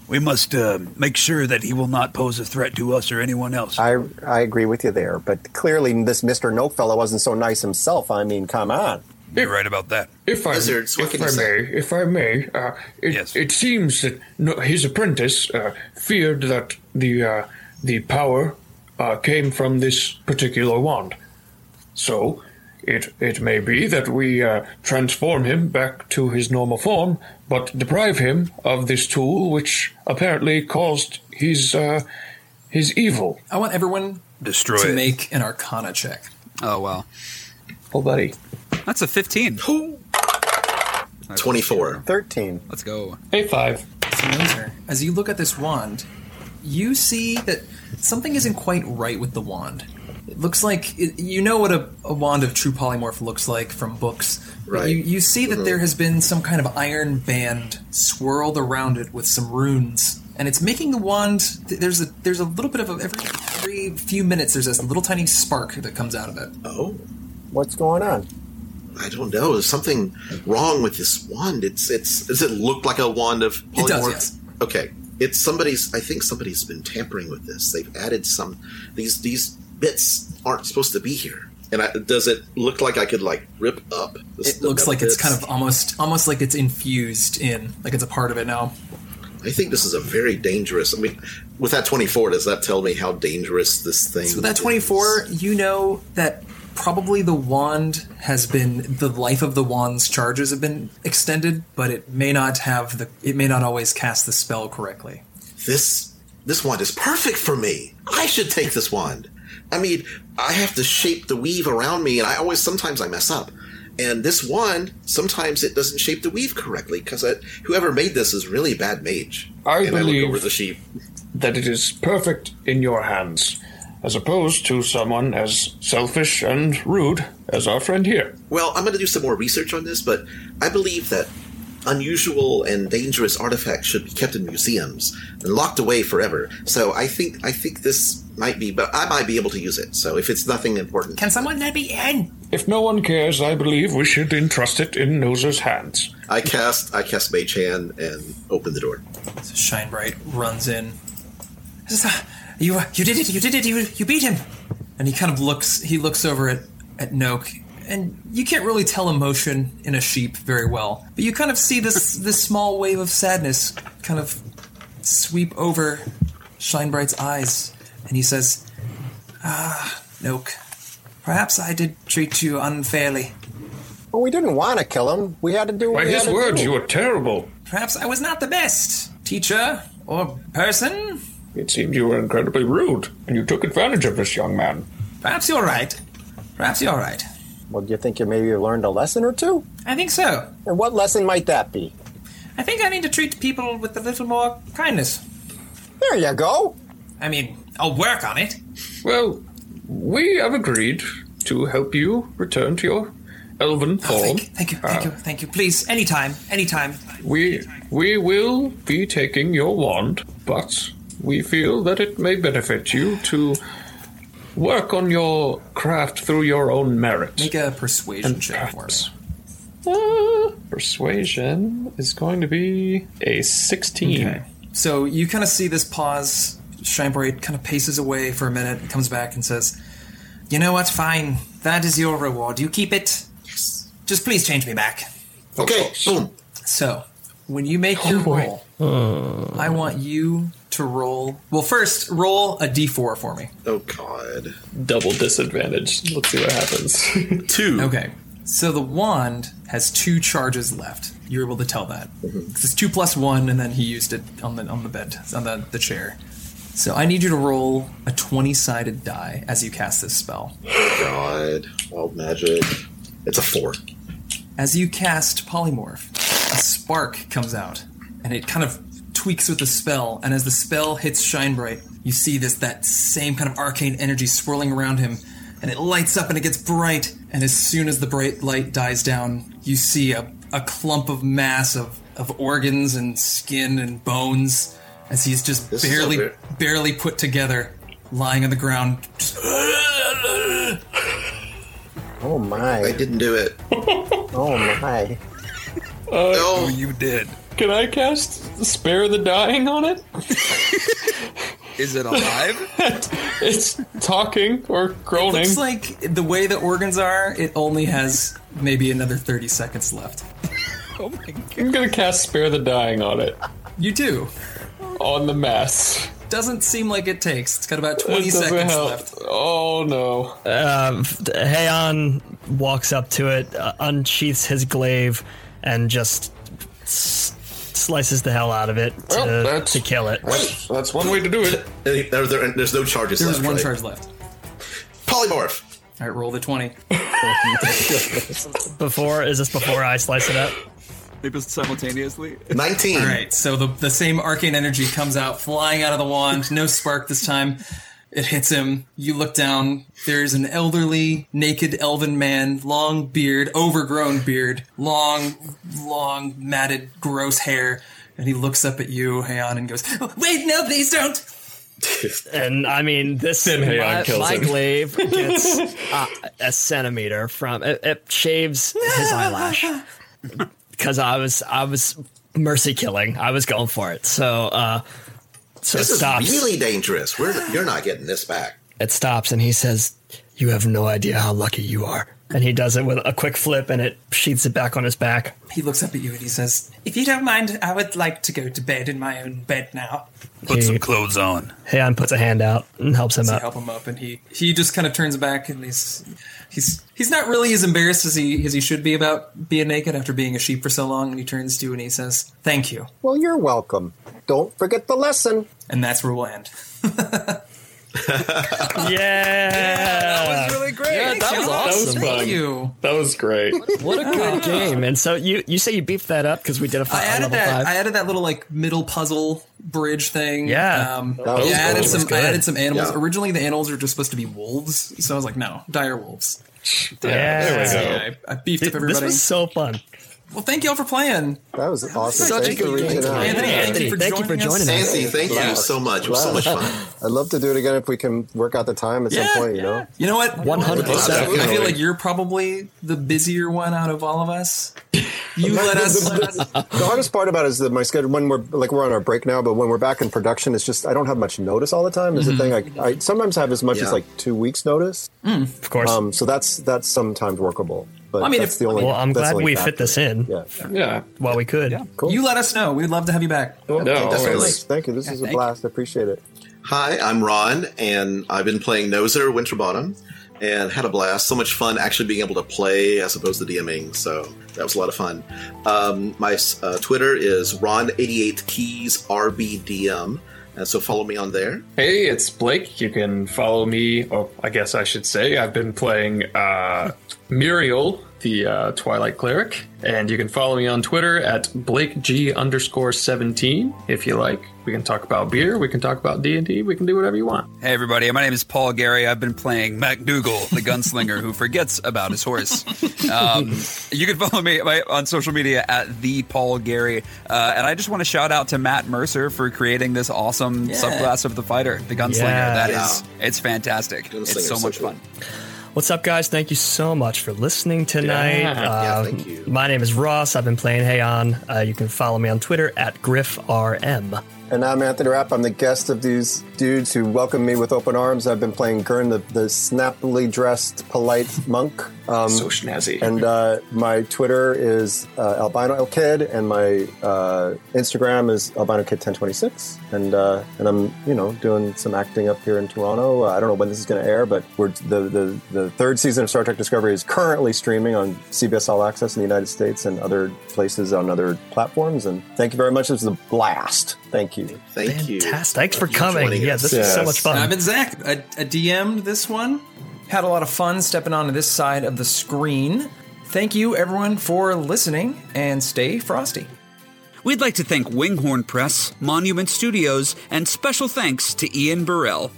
we must uh, make sure that he will not pose a threat to us or anyone else.
I I agree with you there, but clearly this Mister Note fellow wasn't so nice himself. I mean, come on.
You're right about that.
If I,
Wizards, what
if
can
I
you say?
may, if I may, uh, it,
Yes.
it seems that no, his apprentice uh, feared that the uh, the power uh, came from this particular wand. So, it it may be that we uh, transform him back to his normal form, but deprive him of this tool, which apparently caused his uh, his evil.
I want everyone
Destroy
to
it.
make an Arcana check.
Oh, wow.
Oh, buddy,
That's a 15.
Twenty-four.
Thirteen.
Let's go.
a five.
Noser, as you look at this wand, you see that something isn't quite right with the wand. It looks like it, you know what a, a wand of true polymorph looks like from books. but
Right.
You, you see that
Mhm.
there has been some kind of iron band swirled around it with some runes, and it's making the wand. th- There's a there's a little bit of a, every every few minutes there's this little tiny spark that comes out of it.
Oh,
What's going on?
I don't know. There's something wrong with this wand. It's it's. Does it look like a wand of polymorph?
It does, yes.
Okay. It's somebody's. I think somebody's been tampering with this. They've added some. These these bits aren't supposed to be here. And I, does it look like I could like rip up? The,
it looks like it's kind of almost almost like it's infused in, like it's a part of it now.
I think this is a very dangerous. I mean, with that twenty four, does that tell me how dangerous this thing?
So with that 24, you know that probably the wand has been the life of the wand's charges have been extended, but it may not have the it may not always cast the spell correctly.
This this wand is perfect for me. I should take this wand. I mean, I have to shape the weave around me, and I always sometimes I mess up. And this wand, sometimes it doesn't shape the weave correctly because whoever made this is really a bad mage.
I
and I
believe-
look over the sheep.
that it is perfect in your hands, as opposed to someone as selfish and rude as our friend here.
Well, I'm going to do some more research on this, but I believe that unusual and dangerous artifacts should be kept in museums and locked away forever. So I think I think this might be, but I might be able to use it. So if it's nothing important,
Can someone let me in?
If no one cares, I believe we should entrust it in Noza's hands.
I cast I cast Mage Hand and open the door.
So Shine Bright runs in. "Ah,
You
uh,
you did it. You did it. You you beat him.
And he kind of looks he looks over at, at Noak and you can't really tell emotion in a sheep very well. But you kind of see this <laughs> this small wave of sadness kind of sweep over Shinebright's eyes and he says,
Ah, Noak. Perhaps I did treat you unfairly.
Well, we didn't want to kill him. We had to do. What
By
we
his
had to
words,
do.
you are terrible.
Perhaps I was not the best teacher or person.
It seemed you were incredibly rude, and you took advantage of this young man.
Perhaps you're right. Perhaps you're right.
Well, do you think you maybe learned a lesson or two?
I think so.
And what lesson might that be?
I think I need to treat people with a little more kindness.
There you go.
I mean, I'll work on it.
Well, we have agreed to help you return to your elven form.
Oh, Thank you, thank you, thank you. Please, anytime, anytime.
We we will be taking your wand, but we feel that it may benefit you to work on your craft through your own merit. Make
a persuasion check for us.
Uh, Persuasion is going to be a sixteen.
So you kind of see this pause. Shinebright kind of paces away for a minute and comes back and says,
You know what? Fine. That is your reward. You keep it. Just please change me back.
Okay. Boom.
So when you make your roll, I want you to roll. Well, first, roll a d4 for me.
Oh God.
Double disadvantage. Let's see what happens.
two.
Okay. So the wand has two charges left. You're able to tell that. It's two plus one, and then he used it on the on the bed on the, the chair. So I need you to roll a twenty sided die as you cast this spell.
Oh God. Wild magic. It's a four.
As you cast Polymorph, a spark comes out, and it kind of tweaks with the spell. And as the spell hits Shinebright, you see this that same kind of arcane energy swirling around him, and it lights up and it gets bright. And as soon as the bright light dies down, you see a, a clump of mass of, of organs and skin and bones as he's just
This is
barely
over.
barely put together, lying on the ground. Just,
Oh my.
I didn't do it.
<laughs> Oh my.
Oh, you did.
Uh, Can I cast Spare the Dying
<laughs>
on it?
Is <laughs> it alive?
<laughs> it's talking or groaning.
Looks like the way the organs are, it only has maybe another 30 seconds left.
oh my god.
I'm gonna cast Spare the Dying on it.
You do.
On the mass.
Doesn't seem like it takes. It's got about
It
20
doesn't
seconds
help.
left.
Oh no.
Uh, Heian walks up to it, uh, unsheaths his glaive, and just s- slices the hell out of it to,
Well, that's-
to kill it.
That's, that's one way to do it.
Any- there- there- there's no charges
There's
left.
one
right?
charge left.
Polymorph.
All right, roll
<laughs>
the 20.
Before is this before I slice it up?
Maybe simultaneously.
Nineteen.
All right, so the, the same arcane energy comes out flying out of the wand. No spark this time. It hits him. You look down. There's an elderly, naked elven man, long beard, overgrown beard, long, long, matted, gross hair. And he looks up at you, Hayon, and goes, "Oh,
Wait, no, please don't.
And I mean, this
Then Haon
my,
kills
my
him. <laughs>
glaive gets uh, a centimeter from it, it shaves his eyelash because I was I was mercy killing. I was going for it, so uh, so
this
it
is
stops.
really dangerous. We're, you're not getting this back.
It stops, and he says, "You have no idea how lucky you are." And he does it with a quick flip, and it sheets it back on his back.
He looks up at you and he says,
If you don't mind, I would like to go to bed in my own bed now.
Put some clothes on.
Hayon puts a hand out and helps him
to
up.
help him up, and he he just kind of turns back and he's he's he's not really as embarrassed as he as he should be about being naked after being a sheep for so long. And he turns to you and he says, "Thank you,"
Well, you're welcome. Don't forget the lesson.
and that's where we'll end.
yeah. that was really
great.
Yeah, that was awesome.
That was fun.
Thank you.
That was great.
What a good game! And so you you say you beefed that up because we did a fi-
I
a
added
level
that.
five.
I added that little like middle puzzle bridge thing.
Yeah.
um,
That
I
was
added
cool. That
some.
was
I
good.
added some animals.
Yeah.
Originally, the animals were just supposed to be wolves, so I was like, no, dire wolves.
Yeah. There we
So,
go.
yeah, I, I beefed up
This
everybody.
was so fun.
Well, thank y'all for playing.
That was awesome.
Such
Thanks
a
for
good
reaching
game.
out.
Anthony, Anthony, for
Thank you for joining us.
Nancy, thank you so much. It was so much fun.
<laughs> I'd love to do it again if we can work out the time at
Yeah,
some point, you know?
You know what?
One hundred percent.
I feel like you're probably the busier one out of all of us. You let us.
<laughs> the hardest part about it is that my schedule when we're like we're on our break now but when we're back in production it's just i don't have much notice all the time is the thing I, I sometimes have as much
Yeah.
as like two weeks notice
Mm-hmm.
Mm.
of course
um, so that's that's sometimes workable but
I mean,
that's
if-
the only
well, I'm
that's
glad
the only
we
factor.
fit this in.
Yeah.
Yeah.
While we could. Yeah.
You let us know. We'd love to have you back.
definitely. thank you this is a
thank
blast i appreciate it
Hi, I'm Ron, and I've been playing Nozer Winterbottom and had a blast. So much fun actually being able to play as opposed to DMing, so that was a lot of fun. Um, my uh, Twitter is Ron88KeysRBDM, and so follow me on there.
Hey, it's Blake. You can follow me, or I guess I should say, I've been playing uh, Muriel, the uh, Twilight Cleric, and you can follow me on Twitter at BlakeG underscore 17 if you like. We can talk about beer, we can talk about D&D, we can do whatever you want.
Hey everybody, my name is Paul Gary. I've been playing MacDougall, the gunslinger who forgets about his horse. Um, you can follow me my- on social media at the Paul Gary, uh, and I just want to shout out to Matt Mercer for creating this awesome
Yeah.
subclass of the fighter, the gunslinger.
Yeah.
That is,
Yeah.
it's fantastic. it's so
Gunslinger's so
much fun.
What's up, guys? Thank you so much for listening tonight.
Yeah. Yeah,
Uh,
thank you.
My name is Ross. I've been playing Hayon. Uh, you can follow me on Twitter at GriffRM.
and i'm anthony rapp i'm the guest of these dudes who welcomed me with open arms i've been playing gurn the, the snappily dressed polite monk um,
So snazzy.
and uh, my twitter is uh, albino El kid and my uh, instagram is albino kid 1026 and uh, and i'm you know doing some acting up here in toronto uh, i don't know when this is going to air but we're the, the the third season of star trek discovery is currently streaming on cbs all access in the united states and other places on other platforms and thank you very much this was a blast thank you
thank
Fantastic. Thanks for coming. Yeah, this was
is
so much fun.
I've been Zach. I, I DM'd this one. Had a lot of fun stepping onto this side of the screen. Thank you, everyone, for listening, and stay frosty.
We'd like to thank Winghorn Press, Monument Studios, and special thanks to Ian Burrell.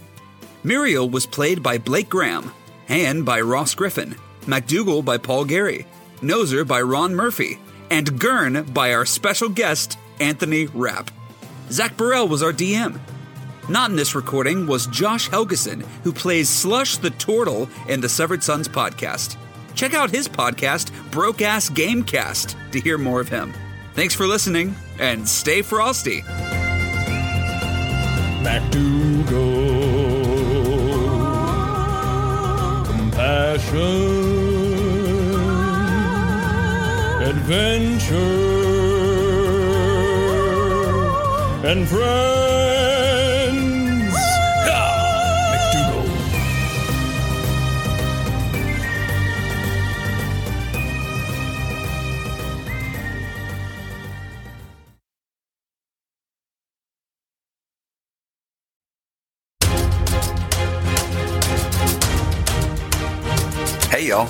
Muriel was played by Blake Graham, Anne by Ross Griffin, MacDougall by Paul Gary, Nozer by Ron Murphy, and Gurn by our special guest, Anthony Rapp. Zach Burrell was our DM. Not in this recording was Josh Helgeson, who plays Slush the Tortle in the Severed Sons podcast. Check out his podcast, Broke Ass Gamecast, to hear more of him. Thanks for listening, and stay frosty.
MacDougall. Compassion, adventure, and friends. Yeah, MacDougall.
Hey, y'all.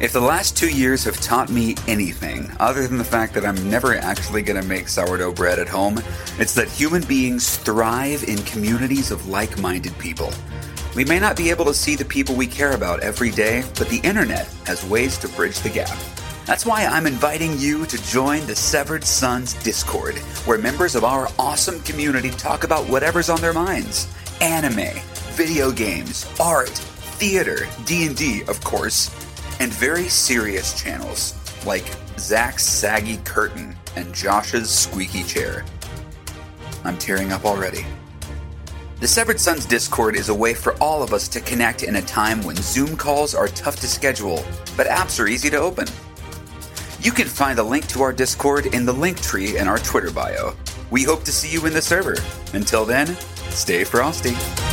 If the last two years have taught me anything, other than the fact that I'm never actually going to make sourdough bread at home, it's that human beings thrive in communities of like minded people. We may not be able to see the people we care about every day, but the internet has ways to bridge the gap. That's why I'm inviting you to join the Severed Sons Discord, where members of our awesome community talk about whatever's on their minds anime, video games, art, theater, D&D, of course, and very serious channels like Zach's saggy curtain and Josh's squeaky chair. I'm tearing up already. The Severed Sons Discord is a way for all of us to connect in a time when Zoom calls are tough to schedule, but apps are easy to open. You can find a link to our Discord in the link tree in our Twitter bio. We hope to see you in the server. Until then, stay frosty.